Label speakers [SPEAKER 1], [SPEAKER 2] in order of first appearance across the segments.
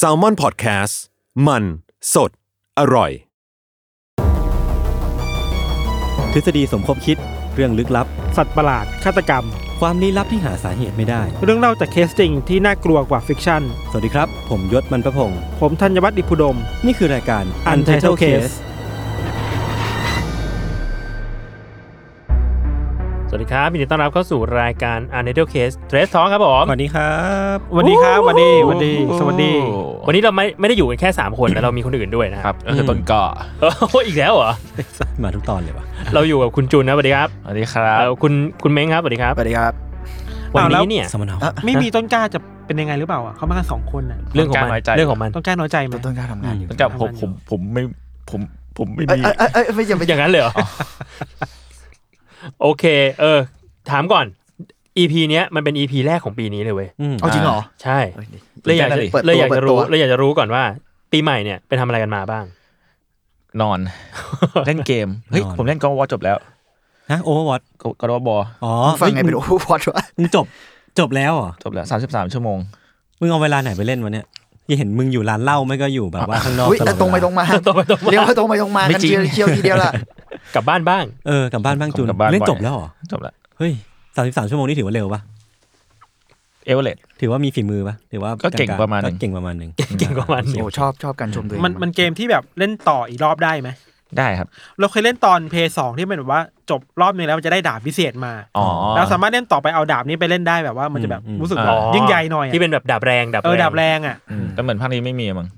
[SPEAKER 1] s a l m o n PODCAST มันสดอร่อย
[SPEAKER 2] ทฤษฎีสมคบคิดเรื่องลึกลับ
[SPEAKER 3] สัตว์ประหลาด ฆาตกรรม
[SPEAKER 2] ความลี้ลับที่หาสาเหตุไม่ได้
[SPEAKER 3] เรื่องเล่าจากเคสจริงที่น่ากลัวกว่าฟิกชั่น
[SPEAKER 2] สวัสดีครับ ผมยศมันประพงศ์
[SPEAKER 3] ผมธัญวัฒน์อิพุดม
[SPEAKER 2] นี่คือรายการ
[SPEAKER 3] Untitled Case
[SPEAKER 4] สวัสดีครับยินดีต้อนรับเข้าสู่รายการ u n e d l e Case Trace Talk ครับผม
[SPEAKER 2] สวัสดีครับ
[SPEAKER 3] วันดีครับวันดีวันดี สวัสดี
[SPEAKER 4] วันนี้เราไม่ไม่ได้อยู่กันแค่ 3 คนนะ เรามีคนอื่นด้วยนะครับ
[SPEAKER 5] ครับก็คือต้นก่อ
[SPEAKER 4] เอออีกแล้วเหรอ
[SPEAKER 2] มาทุกตอนเลยวะ
[SPEAKER 4] เราอยู่กับคุณจูนนะสวัสดีครับ
[SPEAKER 5] สวัสดีครั
[SPEAKER 4] เอ่
[SPEAKER 5] บ
[SPEAKER 4] อคุณคุณเม้งครับสวัสดีครับ
[SPEAKER 6] สวัสดีครับ
[SPEAKER 4] วัน
[SPEAKER 3] อ้าวแล้ว
[SPEAKER 4] นี้เนี่ย
[SPEAKER 2] สมมนา
[SPEAKER 3] ไม่มีต้นกล้าจะเป็นยังไงหรือเปล่าอ่ะเขามากันสองคนอ่ะ
[SPEAKER 4] เรื่องของมัน
[SPEAKER 5] ต้กาน้ยใจ
[SPEAKER 4] เรื่องของมัน
[SPEAKER 3] ต้นกล้าน้อยใจไหม
[SPEAKER 6] ต้นต้นกล้าทำงานอยู่
[SPEAKER 5] ต้นกล้าผมผมผมไม่ผมผมไม่
[SPEAKER 6] เอ้ย
[SPEAKER 5] ดี
[SPEAKER 6] เอ้ยเอ้ยเอ้ยไม่ยังไม่
[SPEAKER 4] อ
[SPEAKER 6] ยัง
[SPEAKER 4] ย่างนั้นเลยเหรอโอเค เออ ถามก่อน EP เนี้ยมันเป็น EP แรกของปีนี้เลยเว้ย
[SPEAKER 2] อืม
[SPEAKER 6] เอาจริงเหรอ
[SPEAKER 4] ใช่
[SPEAKER 6] เอ้ยนี่
[SPEAKER 4] เลยอยากจะ
[SPEAKER 5] ตื่นเต้นอะดิ
[SPEAKER 4] เลยอยากจะรู้
[SPEAKER 6] เปิดตัว
[SPEAKER 4] เลยอยากจะรู้ก่อนว่า ปีใหม่เนี่ยไปทำอะไรกันมาบ้าง
[SPEAKER 5] นอน เล่นเกม เฮ้ย ผมเล่นกอล์ฟวอจบแล้ว
[SPEAKER 2] ฮะโอเวอร์วอต
[SPEAKER 5] กอล์ฟบอ
[SPEAKER 2] อ๋อ
[SPEAKER 6] ฟังไง
[SPEAKER 2] เฮ้ย
[SPEAKER 6] เป็นโอ้โหพอดวะ
[SPEAKER 2] มึงจบจบแล้วเหรอ
[SPEAKER 5] จบแล้ว 33 ชั่วโมง
[SPEAKER 2] มึงเอาเวลาไหนไปเล่นวะเนี่ยยังเห็นมึงอยู่ร้านเหล้าไม่ก็อยู่แบบว่าข้างนอก
[SPEAKER 6] เฮ้ย
[SPEAKER 2] ตลอด
[SPEAKER 6] แต่ตรงไป
[SPEAKER 2] เวลา
[SPEAKER 6] ตรงมา
[SPEAKER 4] ตรงไปตรงมา
[SPEAKER 6] เรียกว่าตรงไปตรงมา
[SPEAKER 5] ไม่
[SPEAKER 6] กัน
[SPEAKER 5] จริง
[SPEAKER 6] เชียวเชียวทีเดียวล่ะ
[SPEAKER 4] กลับบ้านบ้าง
[SPEAKER 2] เออกลับบ้านบ้างจูน
[SPEAKER 5] กลับบ้าน
[SPEAKER 2] เล่น
[SPEAKER 5] บ่อย
[SPEAKER 2] จบแล้วเหรอ
[SPEAKER 5] จบแล้ว
[SPEAKER 2] เฮ้ยสามสิบสามชั่วโมงนี่ถือว่าเร็วปะ
[SPEAKER 5] เอเวอเรสต์
[SPEAKER 2] ถือว่ามีฝีมือปะถือว่า
[SPEAKER 5] ก็เก่ง
[SPEAKER 2] ๆ
[SPEAKER 5] ประมาณหนึ่ง
[SPEAKER 2] ก็เก่งประมาณหนึ่ง
[SPEAKER 4] เก่งกว่ามัน
[SPEAKER 6] โอ้ชอบชอบการชมตัวเอง
[SPEAKER 3] มันมันเกมที่แบบเล่นต่ออีกรอบได้ไหม
[SPEAKER 5] ได้ครับ
[SPEAKER 3] เราเคยเล่นตอนเพย์สองที่มันแบบว่าจบรอบนึงแล้วมันจะได้ดาบพิเศษมา
[SPEAKER 5] อ๋อ
[SPEAKER 3] เราสามารถเล่นต่อไปเอาดาบนี้ไปเล่นได้แบบว่ามันจะแบบรู้สึก
[SPEAKER 5] อืม
[SPEAKER 3] แบบยิ่งใหญ่หน่อยอะ
[SPEAKER 4] ที่เป็นแบบดาบแรงดาบ
[SPEAKER 3] เออดาบแรงอ่ะ
[SPEAKER 5] อืมแต่เหมือนภาคนี้ไม่มีมั้ง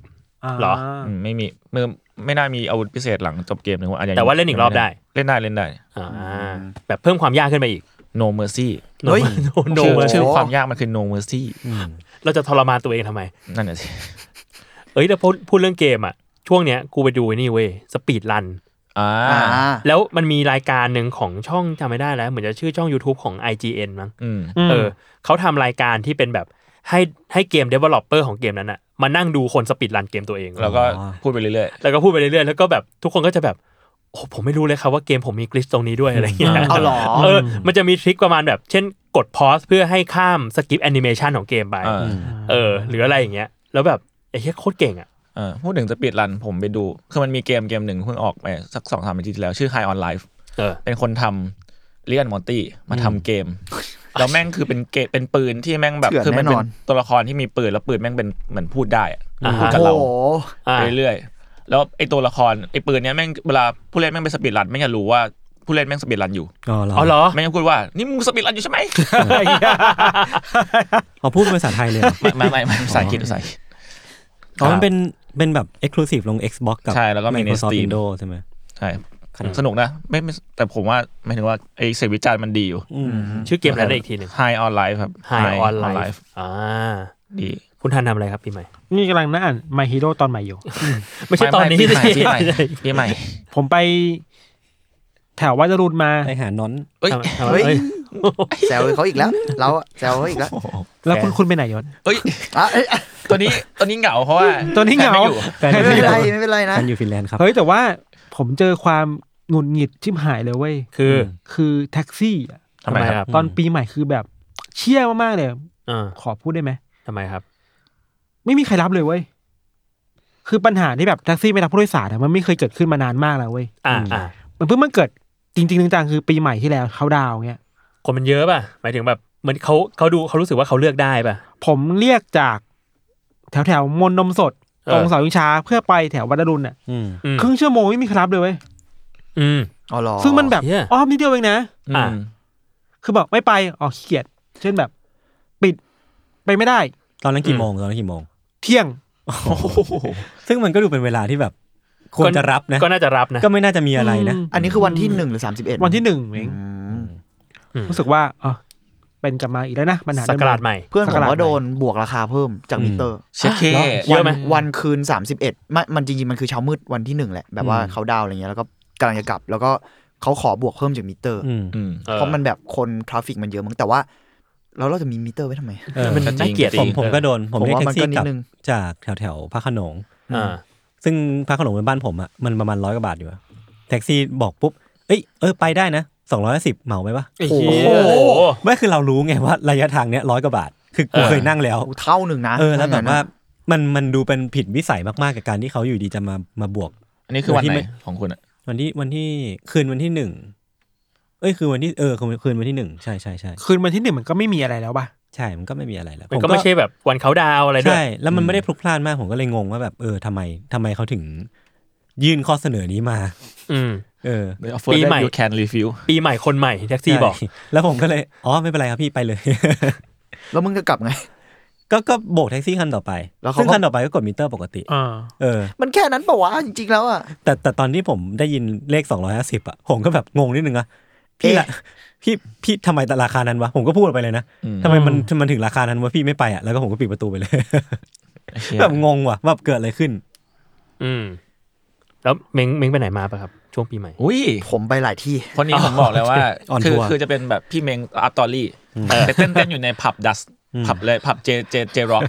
[SPEAKER 4] เหรอ
[SPEAKER 3] า
[SPEAKER 5] อืมไม่มีไม่ไม่น่ามีอาวุธพิเศษหลังจบเกมหนึ่งว่าอาจจะ
[SPEAKER 4] แต่ว่าเล่นอีกรอบได้
[SPEAKER 5] เล่นได้เล่นได้
[SPEAKER 4] อ่าแบบเพิ่มความยากขึ้นไปอีก
[SPEAKER 5] no mercy
[SPEAKER 4] โนโนโน
[SPEAKER 5] ชื่อ
[SPEAKER 4] เว้ย
[SPEAKER 5] ชื่อความยากมันคือ no mercy
[SPEAKER 4] เราจะทรมานตัวเองทำไม
[SPEAKER 5] นั่นแหละสิ
[SPEAKER 4] เอ้ยแล้วพูดพูดเรื่องเกมอ่ะ ช่วงเนี้ยกูไปดูไอ้นี่เว้ยสปีดรัน
[SPEAKER 5] อ่า
[SPEAKER 6] อ่า
[SPEAKER 4] แล้วมันมีรายการหนึ่งของช่องจำไม่ได้แล้ว เหมือนจะชื่อช่อง YouTube ของ IGN มั้ง
[SPEAKER 5] อืม
[SPEAKER 3] ม
[SPEAKER 4] เออเขาทำรายการที่เป็นแบบให้ให้เกม Developer ของเกมนั้นอ่ะมานั่งดูคนสปีดรันเกมตัวเอง
[SPEAKER 5] แล้วก็พูดไปเรื่อย
[SPEAKER 4] แล้วก็พูดไปเรื่อยๆแล้วก็แบบทุกคนก็จะแบบโอ้ผมไม่รู้เลยครับว่าเกมผมมีกลิชตรงนี้ด้วยอะไรอย่างเงี้ย
[SPEAKER 6] เอาหรอ
[SPEAKER 4] เออ มันจะมีทริคประมาณแบบ เช่น กดพอสเพื่อให้ข้ามสกิปแอนิเมชันของเกมไป
[SPEAKER 5] ๆอ่า
[SPEAKER 4] เออ หรืออะไรอย่างเงี้ย แล้วแบบไอ้เหี้ยโคตรเก่งอ่ะ
[SPEAKER 5] เออพูดถึงสปีดรันผมไปดู คือมันมีเกมเกมหนึ่งเพิ่งออกไปสักสองสามอาทิตย์ที่แล้ว ชื่อ High on Life
[SPEAKER 4] เออ
[SPEAKER 5] เป็นคนทำเลียนมอนตี้มาทำเกม แล้วแม่งคือเป็นเกมเป็นปืนที่แม่งแบบ คืมัเป็นตัวละครที่มีปืน แล้วปืนแม่งเป็นเหมือนพูดได้อะ
[SPEAKER 4] อ่าฮะ
[SPEAKER 5] พูดกับ
[SPEAKER 6] โอ้
[SPEAKER 5] เรา
[SPEAKER 6] โห
[SPEAKER 4] อ่า
[SPEAKER 5] ไปเรื่อยๆแล้วไอตัวละครไอปืนเนี้ยแม่งเวลาผู้เล่นแม่งไปสปีดรันแม่งจะรู้ว่าผู้เล่นแม่งสปีดรันอยู่
[SPEAKER 2] อ๋อเหรอ
[SPEAKER 4] อ๋อเหรอ
[SPEAKER 5] แม่งจะพูดว่านี่มึงสปีดรันอยู่ใช่ไหม
[SPEAKER 2] อ๋อพูดภาษาไทยเลยเหรอ
[SPEAKER 5] ไม่ไม่ไม่ไม่ภาษาอังกฤษภาษาอังกฤษ
[SPEAKER 2] อ๋อ
[SPEAKER 5] ครับ
[SPEAKER 2] มันเป็นเป็นแบบ Exclusive ลง Xbox กับ
[SPEAKER 5] ใช่แล้วก็มีใน
[SPEAKER 2] Microsoft
[SPEAKER 5] Steam
[SPEAKER 2] Windows ใช่ไหม
[SPEAKER 5] ใช่
[SPEAKER 2] ครับ
[SPEAKER 5] สนุกนะไม่ไม่แต่ผมว่าไม่ถึงว่าไอเสียงวิจารณ์มันดีอยู่
[SPEAKER 2] อืม
[SPEAKER 4] ชื่อเกมอะไรนะอีกทีหนึ่ง
[SPEAKER 5] High on Life ครับ
[SPEAKER 4] High on Life อ่า
[SPEAKER 5] ดี
[SPEAKER 4] คุณทันทำอะไรครับพี่ใหม่
[SPEAKER 3] นี่กำลังนั่งอ่านมาฮีโร่ตอนใหม่อยู่
[SPEAKER 4] ไม่ใช่ตอนนี้
[SPEAKER 5] ปีใหม่
[SPEAKER 4] สิ
[SPEAKER 5] ปีใหม่ปีใหม่
[SPEAKER 3] ผมไปแถววัดจรุนมา
[SPEAKER 2] ไปหานอน
[SPEAKER 5] เอ้ย
[SPEAKER 4] ทำทำอะไร
[SPEAKER 6] เฮ้ย
[SPEAKER 4] เอ้ย
[SPEAKER 6] แซวเขาอีกแล้ว เราอะแซวเขาอีกแล้ว
[SPEAKER 3] แล้วคุณ
[SPEAKER 4] แฟน
[SPEAKER 3] คุณไปไหนยศ
[SPEAKER 5] เอ้ย
[SPEAKER 6] อ่ะเอ้ยอ่ะ
[SPEAKER 5] ตัวนี้ตัวนี้เหงาเพราะว่า
[SPEAKER 3] ตัวนี้เหงา
[SPEAKER 5] แฟไม่อยู่
[SPEAKER 2] แฟนอ
[SPEAKER 6] ไม่
[SPEAKER 2] ยู่ฟินแลนด์
[SPEAKER 6] เป็นไรไม่เป็นไร
[SPEAKER 2] แฟ
[SPEAKER 6] นะ
[SPEAKER 2] นอยู่ฟินแลนด์ครับ
[SPEAKER 3] เฮ้ยแต่ว่าผมเจอความหงุดหงิดชิบหายเลยเว้ย
[SPEAKER 4] คือ
[SPEAKER 3] คือแท็กซี่อะ
[SPEAKER 5] ทำไมครับ
[SPEAKER 3] ตอนปีใหม่คือแบบ เชี่ยมากๆเลย
[SPEAKER 4] อ่า
[SPEAKER 3] ขอพูดได้ไหม
[SPEAKER 4] ทำไมครับ
[SPEAKER 3] ไม่มีใครรับเลยเว้ย คือปัญหาที่แบบแท็กซี่ไม่รับผู้โดยสารอะมันไม่เคยเกิดขึ้นมานานมากแล้วเว้ย
[SPEAKER 4] อ่าอ่า
[SPEAKER 3] มันเพิ่งมันเกิดจริงๆจังๆคือปีใหม่ที่แล้วเขาดาวน์เงี้ย
[SPEAKER 4] คนมันเยอะป่ะ หมายถึงแบบเหมือนเขาเขาดูเขารู้สึกว่าเขาเลือกได้ป่ะ
[SPEAKER 3] ผมเรียกจากแถวแถวๆมนต์นมสด
[SPEAKER 4] เออ
[SPEAKER 3] ตรงเสาวิงช้าเพื่อไปแถววัดอรุณอ่ะ
[SPEAKER 2] อืม
[SPEAKER 4] อืม
[SPEAKER 3] ครึ่งชั่วโมงไม่มีใครรับเลยเว้ย
[SPEAKER 4] อืม
[SPEAKER 6] เอาหรอ
[SPEAKER 3] ซึ่งมันแบบ
[SPEAKER 4] เหี้ย
[SPEAKER 3] อ้อมนิดเดียวเองนะ
[SPEAKER 5] อ่า
[SPEAKER 3] คือบอกไม่ไปอ๋อขี้เกียจเช่นแบบ ปิดไปไม่ได้
[SPEAKER 2] ตอนนั้นกี่โมงตอนนั้นกี่โมง
[SPEAKER 3] เที่ยง
[SPEAKER 2] ซึ่งมันก็ดูเป็นเวลาที่แบบ ควรจะรับนะ
[SPEAKER 4] ก็น่าจะรับนะ
[SPEAKER 2] ก็ไม่น่าจะมีอะไรนะ
[SPEAKER 3] อืม
[SPEAKER 6] อันนี้คือวันที่หนึ่งหรือสามสิบเอ็ด
[SPEAKER 3] วันที่หนึ่งเอง
[SPEAKER 6] อืม
[SPEAKER 3] รู้สึกว่าอ๋อ เป็นกลับมาอีกแล้วนะปัญหา
[SPEAKER 4] สั
[SPEAKER 3] เดิ
[SPEAKER 4] ก
[SPEAKER 3] ม
[SPEAKER 4] ราชใหม่
[SPEAKER 6] เพื่อนผ
[SPEAKER 3] สัก
[SPEAKER 6] ม
[SPEAKER 3] ราช
[SPEAKER 6] ก็
[SPEAKER 3] ใหม่
[SPEAKER 6] โดนบวกราคาเพิ่มจากมิเตอร์
[SPEAKER 5] เช็คเค
[SPEAKER 4] เยอะไหม
[SPEAKER 6] วันคืน 31มันมันจริงๆมันคือเช้ามืดวันที่หนึ่งแหละ แบบว่า
[SPEAKER 2] อืม
[SPEAKER 6] เขาดาวน์อะไรเงี้ยแล้วก็กำลังจะกลับ แล้วก็เขาขอบวกเพิ่มจากมิเตอร์
[SPEAKER 2] อืม
[SPEAKER 5] อืม
[SPEAKER 4] ออ
[SPEAKER 6] เพราะมันแบบคนทราฟิกมันเยอะมั้งแต่ว่าแล้วเราจะมีมิเตอร์ไว้ทำไม
[SPEAKER 2] เออ
[SPEAKER 4] มันน่าเกลียด
[SPEAKER 2] ผมผมก็โดน ผมเรียก
[SPEAKER 6] ผมว่า
[SPEAKER 2] แท็
[SPEAKER 6] มั
[SPEAKER 2] กซี่
[SPEAKER 6] นก็นิ
[SPEAKER 2] กลับ
[SPEAKER 6] ดนึง
[SPEAKER 2] จากแถวแถวพระโขนง
[SPEAKER 4] อ่า
[SPEAKER 2] ซึ่งพระโขนงเป็นบ้านผมอ่ะมันประมาณร้อยกว่าบาทอยู่อะแท็กซี่บอกปุ๊บเอ้ยเออไปได้นะสองร้อยสิบเหมาไหมวะ
[SPEAKER 4] ไอ้เหี้ย
[SPEAKER 2] ไม่คือเรารู้ไงว่าระยะทางเนี้ยร้อยกว่าบาท คือกู
[SPEAKER 4] เออ
[SPEAKER 2] เคยนั่งแล้ว
[SPEAKER 6] โอ้เท่าหนึ่งนะ
[SPEAKER 2] เออแล้วแบบ
[SPEAKER 6] ถ้
[SPEAKER 2] ว่า
[SPEAKER 6] งั้นนะ
[SPEAKER 2] มันมันดูเป็นผิดวิสัยมากๆกับการที่เขาอยู่ดีจะมามาบวก
[SPEAKER 5] อันนี้คือวั
[SPEAKER 2] วั
[SPEAKER 5] น
[SPEAKER 2] นที่
[SPEAKER 5] ไหน
[SPEAKER 2] ไม่
[SPEAKER 5] ของคุณอะ
[SPEAKER 2] วันที่วันที่คืนวันที่หนึ่งเอ้ยคือวันที่เออคืนคืนวันที่หนึ่งใช่ใช่ใช่
[SPEAKER 3] คืนวันที่หนึ่งมันก็ไม่มีอะไรแล้วป่ะ
[SPEAKER 2] ใช่มันก็ไม่มีอะไรแล้ว
[SPEAKER 4] มันก็ไม่ใช่แบบวันเขาดาวอะไรด้วย
[SPEAKER 2] ใช่แล้วมันไม่ได้พลุกพล่านมากผมก็เลยงงว่าแบบเออทำไมทำไมเขาถึง ยื่นข้อเสนอนี้มา
[SPEAKER 4] อืม
[SPEAKER 2] เออ
[SPEAKER 4] ปีใหม่
[SPEAKER 5] ยูแคนรีฟิว
[SPEAKER 4] ปีใหม่คนใหม่แท็กซี่
[SPEAKER 2] ใช่
[SPEAKER 4] บอก
[SPEAKER 2] แล้วผมก็เลย อ๋อ ไม่เป็นไรครับพี่ไปเลย
[SPEAKER 6] แล้วมึงจะกลับไง
[SPEAKER 2] ก็ก็โบกแท็กซี่คันต่อไป
[SPEAKER 6] แล้วเขาก็
[SPEAKER 2] ซึ่งคันต่อไปก็กดมิเตอร์ปกติ
[SPEAKER 3] อ่า
[SPEAKER 2] เออ
[SPEAKER 6] มันแค่นั้นปะวะจริงๆแล้วอ่ะ
[SPEAKER 2] แต่แต่ตอนที่ผมได้ยินเลข 250อ่ะ ผมก็แบบงงนิดนึงอะพี่ละพี่พี่ทำไมราคานั้นวะ ผมก็พูดไปเลยนะทำไมมันมันถึงราคานั้นวะพี่ไม่ไปอ่ะ แล้วก็ผมก็ปิดประตูไปเลย แบบงงว่ะแบบเกิดอะไรขึ้น
[SPEAKER 4] อืม แล้วเม้งเม้งไปไหนมาปะครับ ช่วงปีใหม่
[SPEAKER 5] อุ้ย
[SPEAKER 6] ผมไปหลาย ที่
[SPEAKER 5] คนนี้ผมบอกเลยว่า
[SPEAKER 2] ออน
[SPEAKER 5] คื
[SPEAKER 2] ทั
[SPEAKER 5] อ
[SPEAKER 2] วร์
[SPEAKER 5] คือจะเป็นแบบพี่เมงอัตตอรี่ไปเต้นเต้นอยู่ในผับดัส
[SPEAKER 2] อืม
[SPEAKER 5] ผับเลยผับเจเจเจร็อก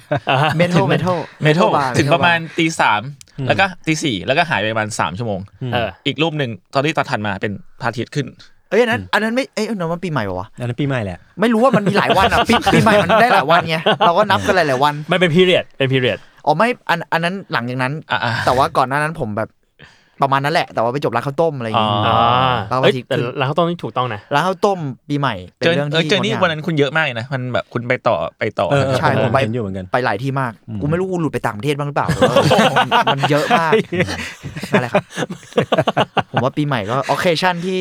[SPEAKER 6] เมทัลเมทัล
[SPEAKER 5] เมทัล
[SPEAKER 6] บาร์
[SPEAKER 5] ถึงประมาณตีสามแล้วก็ตีสี่แล้วก็หายไปประมาณสามชั่วโมง
[SPEAKER 4] เออ
[SPEAKER 5] อีกรูปหนึ่งตอนที่ตาทันมาเป็นพระอาทิตย์ขึ้น
[SPEAKER 6] เอ้ยอันนั้นอันนั้นไม่เอ้ยอันนั้นมันปีใหม่ปะวะ
[SPEAKER 2] อันนั้นปีใหม่แหละ
[SPEAKER 6] ไม่รู้ว่ามันมีหลายวันอ่ะปี ปีใหม่มันได้หลายวันไงเราก็นับกันหลายๆวัน
[SPEAKER 4] มันเป็นพีเรียดเป็นพีเรียด
[SPEAKER 6] อ๋อไม่อันอันนั้นหลังจากนั้น
[SPEAKER 5] อ่า
[SPEAKER 6] แต่ว่าก่อนหน้านั้นผมแบบประมาณนั้นแหละ แต่ว่าไปจบร้านข้าวต้มอะไรอย่างเงี้ย
[SPEAKER 5] อ๋อ
[SPEAKER 4] อ่า
[SPEAKER 6] ร้าน
[SPEAKER 4] เอ้ย
[SPEAKER 6] อาทิตย์
[SPEAKER 4] แต่
[SPEAKER 6] คือ
[SPEAKER 4] ร้านข้าวต้มนี่ถูกต้องนะ
[SPEAKER 6] ร้านข้าวต้มปีใหม่ เป็น
[SPEAKER 5] เจอ
[SPEAKER 6] เรื่อง
[SPEAKER 5] เออ
[SPEAKER 6] ที่
[SPEAKER 5] เจอนี่
[SPEAKER 6] งดงาม
[SPEAKER 5] วันนั้นคุณเยอะมากเลยนะ มันแบบคุณไปต่อไปต่อ
[SPEAKER 2] เออเออ
[SPEAKER 6] ใช่
[SPEAKER 2] ผ
[SPEAKER 6] ผม มไป
[SPEAKER 2] เห็นอยู่เหมือนกัน
[SPEAKER 6] ไปหลายที่มาก
[SPEAKER 2] อืม
[SPEAKER 6] กูไม่รู้กูหลุดไปต่างประเทศบ้างหรือเปล่า มันเยอะมากอะไรครับ ผมว่าปีใหม่ก็ออเคชั่นที่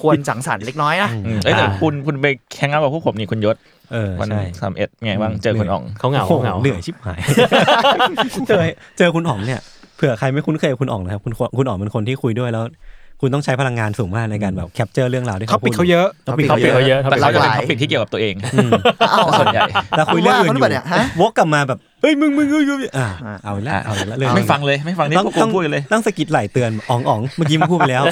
[SPEAKER 6] ควรสังสรรค์เล็กน้อยนะ
[SPEAKER 5] อืมเอ้ยแต่คุณคุณไปแข่งเอาท์กับพวกผมนี่คุณยศ
[SPEAKER 2] เออ
[SPEAKER 5] วัน
[SPEAKER 2] ใช่
[SPEAKER 5] สามเอ็ดไงบ้างเจอคุณอ่อง
[SPEAKER 4] เขาเหงา
[SPEAKER 2] โอ้โห
[SPEAKER 4] เขาเหงา
[SPEAKER 2] เหนื่อยชิบหาย เจอเจอคุณอ๋องเนี่ยเผื่อใครไม่คุ้นเคยกับคุณอ๋องนะครับคุณคุณอ๋องเป็นคนที่คุยด้วยแล้ว คุณต้องใช้พลังงานสูงมากในการแบบแคปเจอร์เรื่องราวที่
[SPEAKER 3] เขา
[SPEAKER 2] เขาพู
[SPEAKER 3] ปิ
[SPEAKER 2] ด
[SPEAKER 3] ดเขาเยอะ
[SPEAKER 2] เขาปิด
[SPEAKER 4] เขา
[SPEAKER 2] เขา
[SPEAKER 4] ปิ
[SPEAKER 2] เย
[SPEAKER 4] ด
[SPEAKER 2] อะ
[SPEAKER 4] เขาเยอะ
[SPEAKER 5] แต่เขา
[SPEAKER 4] เขาปิด
[SPEAKER 5] จะ
[SPEAKER 4] เขาเยอะ
[SPEAKER 5] เป็นท็อปิกที่เกี่ยวกับตัวเอง
[SPEAKER 6] อ้าว
[SPEAKER 5] ส่วนใหญ่
[SPEAKER 2] แล้วคุยเรื่องอื่นอ
[SPEAKER 6] ว่าเขาหรือเปล่าเนี่ยฮะ
[SPEAKER 2] ยู่วกกลับมาแบบเฮ้ยมึงมึงมึงมึงอ่ะเอาอีกแล้วเอาอีกแล้วเลย
[SPEAKER 5] ไม่ฟังเลยไม่ฟังที่
[SPEAKER 2] ต้อง
[SPEAKER 5] พวกกู
[SPEAKER 2] ต้อง
[SPEAKER 5] พูดเลย
[SPEAKER 2] ต้องสะกิดไหลเตือนอ๋องอ๋องเมื่อกี้มึงพูดไปแล้ว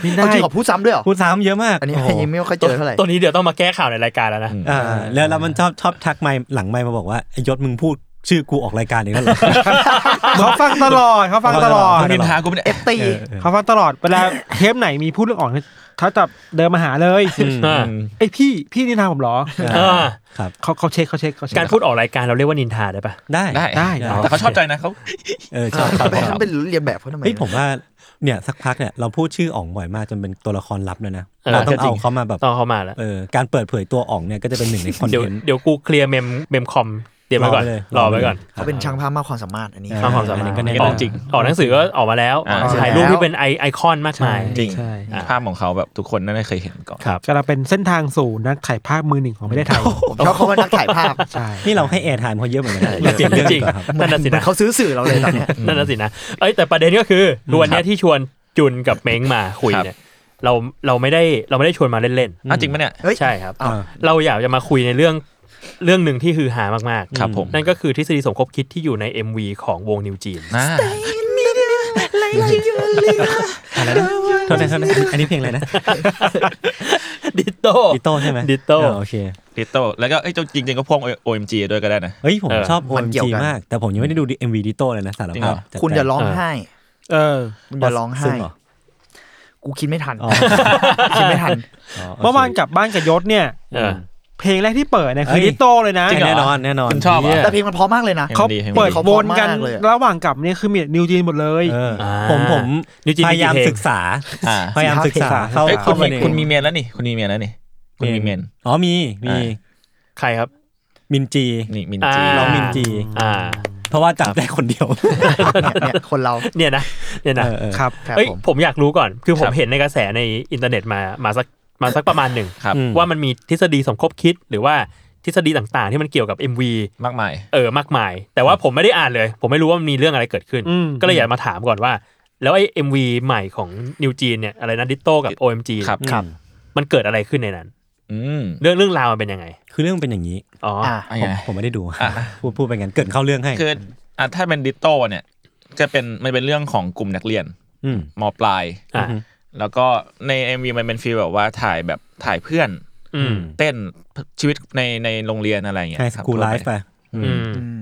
[SPEAKER 3] ไม่
[SPEAKER 6] เอา
[SPEAKER 3] ได้
[SPEAKER 6] จริงกับผู้ซ้ำด้วยเหรอ
[SPEAKER 2] พูดซ้ำเยอะมาก
[SPEAKER 6] อันนี้
[SPEAKER 2] โอ้โห
[SPEAKER 6] ยังไม่ค่อยเจอเท่าไหร่
[SPEAKER 4] ตัวนี้เดี๋ยวต้องมาแก้ข่าวในรายการแล้วนะ
[SPEAKER 2] อ่าแล้วแล้วมันชอบชอบทักไมค์หลังไมค์มาบอกว่าไอ้ยศมึงพูดชื่อกูออกรายการอีกแล้วเหรอ
[SPEAKER 3] เขาฟังตลอดเขาฟังตลอด
[SPEAKER 2] เข
[SPEAKER 5] มึงนินทากูไม่ได้
[SPEAKER 6] เอ
[SPEAKER 5] เอ๊ะ
[SPEAKER 6] ฟตี
[SPEAKER 2] เออเออ
[SPEAKER 3] เขาฟังตลอดเวลาเทปไหนมีพูดเรื่องอ่อนเขาจะเดินมาหาเลย
[SPEAKER 4] อ่า
[SPEAKER 3] ไอ้ยพี่พี่นินทาผมเหรอ
[SPEAKER 4] อ่า
[SPEAKER 2] ครับ
[SPEAKER 3] เขาเขาเช็คเขาเช็คเขาเช็ค
[SPEAKER 4] การพูดออกรายการเราเรียกว่านินทาได้ปะ
[SPEAKER 2] ได้
[SPEAKER 5] ได้
[SPEAKER 3] ได้
[SPEAKER 5] อ๋อแต่เขาชอบใจนะเขา
[SPEAKER 2] เออชอบชอบชอบ
[SPEAKER 6] เป็นเรียนแบบเขาทำไม
[SPEAKER 2] เฮ้ยผมว่าเนี่ยสักพักเนี่ยเราพูดชื่ออ๋องบ่อยมากจนเป็นตัวละครลับแล้วนะ
[SPEAKER 4] เออ
[SPEAKER 2] เราต้องเอาเขามาแบบ
[SPEAKER 4] ต้องเข้ามาแล้ว
[SPEAKER 2] เออการเปิดเผยตัวอ๋องเนี่ยก็จะเป็นหนึ่งในคอนเท
[SPEAKER 4] เดี๋ยวน
[SPEAKER 2] ต์
[SPEAKER 4] เดี๋ยวกูเคลียร์เมมเมมคอมเตรียมไว้ก่อน รอไว้ก่อน
[SPEAKER 6] เขาเป็นช่างภาพมากความสามารถอันนี้
[SPEAKER 2] เออ
[SPEAKER 4] ความความสามาร
[SPEAKER 2] อั
[SPEAKER 4] ถ
[SPEAKER 2] นนี้ก็แน่นอน
[SPEAKER 4] ออกออกหนังสือก็ออกมาแล้ว
[SPEAKER 5] อ่า
[SPEAKER 6] ใช่
[SPEAKER 4] ถ่ายรูปที่เป็นไอไอคอนมากมาย
[SPEAKER 5] จริง
[SPEAKER 3] ใช่
[SPEAKER 5] ภาพของเขาแบบทุกคนน่าจะเคยเห็นก่อน
[SPEAKER 4] ครับ
[SPEAKER 3] ก็เราเป็นเส้นทางสู่นักถ่ายภาพมือหนึ่งของประเทศไทย
[SPEAKER 6] ผมชอบเขาว่านักถ่ายภาพ
[SPEAKER 3] ใช่
[SPEAKER 2] นี่เราให้แอร์ไทม์เขาเยอะเหมือนกันนะเราเตรียมเรื่อง
[SPEAKER 4] จ
[SPEAKER 2] จ
[SPEAKER 4] ริ
[SPEAKER 2] ริ
[SPEAKER 4] ง
[SPEAKER 2] ง
[SPEAKER 4] ๆนั่นน่ะสิ
[SPEAKER 6] เหมือ
[SPEAKER 4] นะ
[SPEAKER 6] นเขาซื้อสื่อเราเลยตอนเนี้ย
[SPEAKER 4] นั่นน่ะสินะเอ้ยแต่ประเด็นก็คือคือวันเนี้ยที่ชวนจุนกับเม้งมาคุยเนี่ยเราเราไม่ได้เราไม่ได้ชวนมาเล่น
[SPEAKER 5] อ่ะจริงปะเนี่ย
[SPEAKER 6] เฮ้ย
[SPEAKER 4] ๆใช่ครับ
[SPEAKER 6] อ้าว
[SPEAKER 4] เราอยากจะมาคุยในเรื่องเรื่องหนึ่งที่ฮือฮามาก
[SPEAKER 5] ครับผม
[SPEAKER 4] ๆ นั่นก็คือทฤษฎีสมคบคิดที่อยู่ใน MV ของวงนิวจีน
[SPEAKER 5] อ่า
[SPEAKER 2] อะไรนะโทษนะโทษนะอันนี้เพลงอะไรนะ
[SPEAKER 4] ดิโต
[SPEAKER 2] ดิโต้ใช่ไหม
[SPEAKER 4] Ditto
[SPEAKER 2] เออโอเค
[SPEAKER 5] ดิโต้แล้วก็เอ้ยจริงๆก็พ่วง OMG ด้วยก็ได้นะ
[SPEAKER 2] เฮ้ย ผม
[SPEAKER 4] เออ
[SPEAKER 2] ชอบ
[SPEAKER 6] มันเกี่ยว
[SPEAKER 2] OMG
[SPEAKER 6] กัน
[SPEAKER 2] มาก แต่ผมยังไม่ได้ดู MV ดิโต้เลยนะสาร
[SPEAKER 5] จริง
[SPEAKER 2] ภาพ
[SPEAKER 5] เหรอ
[SPEAKER 2] จัด
[SPEAKER 6] คุณ
[SPEAKER 2] ไป
[SPEAKER 6] อย่าร้องไห้
[SPEAKER 3] เออ
[SPEAKER 6] คุณอย่าร้องไห้
[SPEAKER 2] ซึ้เรอ
[SPEAKER 6] กูคิดไม่ทัน
[SPEAKER 2] อ๋อ
[SPEAKER 6] คิดไม่ทัน
[SPEAKER 2] อ๋โค
[SPEAKER 3] เมื่อวานกลับบ้านกับยศเนี่ย
[SPEAKER 4] เออ
[SPEAKER 3] เพลงแรกที่เปิดเนี่ยคือดิโต้เลยนะ
[SPEAKER 5] จริงเหรอ
[SPEAKER 2] แน่นอนแน่นอน
[SPEAKER 5] คุณชอบอ่ะ
[SPEAKER 6] แต่เพลงมันเพราะมากเลยนะ
[SPEAKER 5] เพลง
[SPEAKER 3] เขา
[SPEAKER 5] ดี
[SPEAKER 3] เปิด
[SPEAKER 5] เขา
[SPEAKER 3] วนกัน
[SPEAKER 6] เพราะมากเลยอะ
[SPEAKER 3] ระหว่างกลับเนี่ยคือมีนิวจีนหมดเลย
[SPEAKER 2] เอออา ผมผม
[SPEAKER 4] นิวจีน
[SPEAKER 2] พ
[SPEAKER 4] มีกี่
[SPEAKER 2] ยายาม
[SPEAKER 4] เพลง
[SPEAKER 2] ศึกษา
[SPEAKER 5] อ่า
[SPEAKER 2] พยายามศึกษา
[SPEAKER 3] สี่ห้าเพลง
[SPEAKER 2] เข้า
[SPEAKER 5] เอ้ยคุณ
[SPEAKER 2] เข้าไป
[SPEAKER 5] มี
[SPEAKER 2] ใน
[SPEAKER 5] คุณมีเมียนแล้วนี่คุณมีเมียนแล้วนี่คุณมีเมียน
[SPEAKER 2] อ๋อมีมี
[SPEAKER 5] อ่า
[SPEAKER 4] ใครครับ
[SPEAKER 2] มินจี
[SPEAKER 5] นี่มิน
[SPEAKER 4] อ่า
[SPEAKER 5] จี
[SPEAKER 2] น้องมินจี
[SPEAKER 4] อ่า
[SPEAKER 2] เพราะว่าจับได้คนเดียว
[SPEAKER 6] เนี่ยเนี่ยคนเรา
[SPEAKER 4] เนี่ยนะเนี่ยนะ
[SPEAKER 2] เออเออ
[SPEAKER 3] ครับ
[SPEAKER 6] ครับ
[SPEAKER 4] เอ้ย
[SPEAKER 6] ผม
[SPEAKER 4] ผมอยากรู้ก่อน คือผมเห็นในกระแสในอินเทอร์เน็ตมามาสักมาสักประมาณหนึ่ง
[SPEAKER 5] ครับ
[SPEAKER 2] อืม
[SPEAKER 4] ว่ามันมีทฤษฎีสมคบคิดหรือว่าทฤษฎีต่างๆ ที่มันเกี่ยวกับ MV
[SPEAKER 5] มากมาย
[SPEAKER 4] เออมากมาย แต่ว่าผมไม่ได้อ่านเลย ผมไม่รู้ว่ามันมีเรื่องอะไรเกิดขึ้น
[SPEAKER 3] อืม
[SPEAKER 4] ก็เลยอยากมาถามก่อนว่า แล้วไอ้ MV ใหม่ของนิวจีนเนี่ยอะไรนะดิโต้กับ OMG
[SPEAKER 5] ครับ
[SPEAKER 2] ครับ
[SPEAKER 4] มันเกิดอะไรขึ้นในนั้น
[SPEAKER 5] อืม
[SPEAKER 4] เรื่องเรื่องราวมันเป็นยังไง
[SPEAKER 2] คือเรื่องมันเป็นอย่างนี้
[SPEAKER 4] อ๋ออ
[SPEAKER 6] อ่ะ
[SPEAKER 5] อะ
[SPEAKER 2] ผ
[SPEAKER 5] ยัง
[SPEAKER 2] ม
[SPEAKER 5] ไง
[SPEAKER 2] ผมไม่ได้ดู
[SPEAKER 5] อ่ะ
[SPEAKER 2] พูดพูดไปงั้นเกริดเข้าเรื่องให้
[SPEAKER 5] คืออ่ะถ้าเป็นดิโต้เนี่ย จะเป็นมันเป็นเรื่องของกลุ่มนักเรียน
[SPEAKER 2] อืม
[SPEAKER 5] มปลาย
[SPEAKER 4] อ่ะ
[SPEAKER 5] แล้วก็ใน MV มันเป็นฟีลแบบว่าถ่ายแบบถ่ายเพื่อน
[SPEAKER 4] อืม
[SPEAKER 5] เต้นชีวิตในในโรงเรียนอะไรอย่างเงี้ย
[SPEAKER 2] ใช่ส
[SPEAKER 5] ครับ
[SPEAKER 2] กูไล
[SPEAKER 5] ทั่ว
[SPEAKER 2] ฟ์
[SPEAKER 5] ไป
[SPEAKER 2] ไป
[SPEAKER 4] อืม
[SPEAKER 6] อืม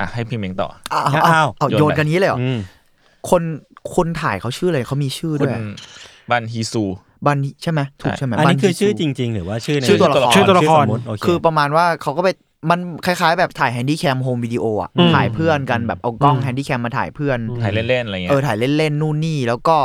[SPEAKER 5] อ่ะให้พี่เมงต่อ
[SPEAKER 6] อ้าวอ้าวเอา
[SPEAKER 5] โยนไป
[SPEAKER 6] โยนกันนี้เลยเหรอ
[SPEAKER 2] อืม
[SPEAKER 6] คนคนถ่ายเขาชื่ออะไรเขามีชื่อ
[SPEAKER 5] คุ
[SPEAKER 6] ด้ว
[SPEAKER 5] ณ
[SPEAKER 6] ย
[SPEAKER 5] บันฮีซู
[SPEAKER 6] บันใช่ไหมถูกใช่ไหม
[SPEAKER 2] อันนี้
[SPEAKER 6] บัฮิ
[SPEAKER 2] คือชื่อ
[SPEAKER 6] ซู
[SPEAKER 2] จริง ๆ หรือว่าชื่อใน
[SPEAKER 6] ชื่อตัวละคร
[SPEAKER 3] ชื่อตัวละคร
[SPEAKER 2] สมมุติโเ
[SPEAKER 6] คือประมาณว่าเขาก็ไปมันคล้ายๆ แบบถ่ายแฮนดี้แคมโฮมวิดีโออ่ะ
[SPEAKER 3] อืม
[SPEAKER 6] ถ่ายเพื่อนกันแบบเอากล้องแฮนดี้แคมมาถ่ายเพื่อน
[SPEAKER 5] ถ่ายเล่น ๆ อะไรเงี้
[SPEAKER 6] เออย ถ่ายเล่นๆนู่นนี่แล้วก็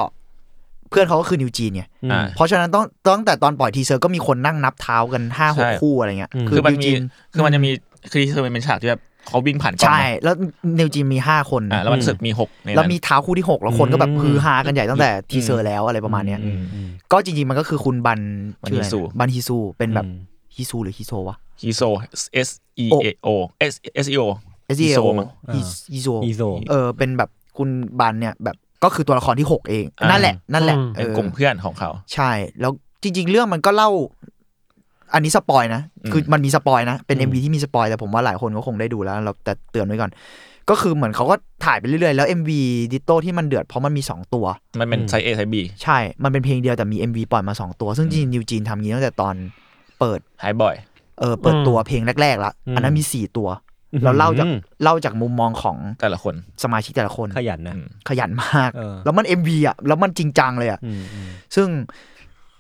[SPEAKER 6] เพื่อนเขาก็คือนิวจีนไง
[SPEAKER 2] อืม
[SPEAKER 5] อ่า
[SPEAKER 6] เพราะฉะนั้นต้องตั้งแต่ตอนปล่อยทีเซอร์ก็มีคนนั่งนับเท้ากันห้าหก
[SPEAKER 5] ใช่
[SPEAKER 6] คู่อะไรเงี้ย
[SPEAKER 2] อืม
[SPEAKER 6] คื
[SPEAKER 5] คืออมัน
[SPEAKER 6] นิว
[SPEAKER 5] มี
[SPEAKER 6] จีน
[SPEAKER 5] คือมันจะมีคือที่เธอมันเป็นฉากที่แบบเขาวิ่งผ่านกล้อง
[SPEAKER 6] ใช่ แล้วนิวจีนมีห้าคน
[SPEAKER 5] อ่ะแล้วมันรู้สึกมีหกในนั้น
[SPEAKER 6] แล้วมีเท้าคู่ที่หกแล้วคนก็แบบ
[SPEAKER 2] อืม
[SPEAKER 6] ฮือฮากันใหญ่ตั้งแต่ทีเซอร์แล้วอะไรประมาณเนี้ย
[SPEAKER 5] อืม
[SPEAKER 6] ก็จริงๆมันก็คือคุณบัน
[SPEAKER 5] บัน
[SPEAKER 6] ชื่ออะไร
[SPEAKER 5] ฮิซู
[SPEAKER 6] บันฮิซูเป็นแบบฮิซูหรือฮิโซวะ
[SPEAKER 5] ฮีโซ S E A O S S E O
[SPEAKER 6] เอซี
[SPEAKER 5] ฮิ
[SPEAKER 6] เอ
[SPEAKER 5] โซ
[SPEAKER 6] โอ
[SPEAKER 5] มั้ง
[SPEAKER 6] ฮิโซ
[SPEAKER 2] อีโซ
[SPEAKER 6] เออเป็นแบบคุณบันเนี่ยแบบก็คือตัวละครที่ 6 เอง
[SPEAKER 5] อ่านั่
[SPEAKER 6] นั่นแหละนั่นแหละ
[SPEAKER 3] อืม
[SPEAKER 6] เอ
[SPEAKER 5] เป็น
[SPEAKER 6] อก
[SPEAKER 5] ลุ่มเพื่อนของเขา
[SPEAKER 6] ใช่ แล้วจริง ๆ เรื่องมันก็เล่า อันนี้สปอยนะ
[SPEAKER 5] อืม
[SPEAKER 6] คือมันมีสปอยนะ เป็น
[SPEAKER 2] อืม
[SPEAKER 6] MV ที่มีสปอยแต่ผมว่าหลายคนก็คงได้ดูแล้วเราแต่เตือนไว้ก่อน ก็คือเหมือนเขาก็ถ่ายไปเรื่อยๆ แล้ว MV ดิโต้ที่มันเดือดเพราะมันมี 2 ตัว
[SPEAKER 5] มันเป็น
[SPEAKER 2] อืม
[SPEAKER 5] ไซส์ A ไซส์ B
[SPEAKER 6] ใช่ มันเป็นเพลงเดียวแต่มี MV ปล่อยมา 2 ตัว ซึ่งจริงๆนิวจีนทำงี้ตั้งแต่ตอนเปิด
[SPEAKER 5] หายบ่อย
[SPEAKER 6] เออเปิดตัวเพลงแรกๆละอันนั้นมีสี่ตัว เราเล่าจากเล่าจากมุมมองของ
[SPEAKER 5] แต่ละคน
[SPEAKER 6] สมาชิกแต่ละคน
[SPEAKER 2] ขยันนะ
[SPEAKER 5] อืม
[SPEAKER 6] ขยันมาก
[SPEAKER 2] เออ
[SPEAKER 6] แล้วมัน MV อ่ะ แล้วมันจริงจังเลยอ่ะ
[SPEAKER 2] อืมอืม
[SPEAKER 6] ซึ่ง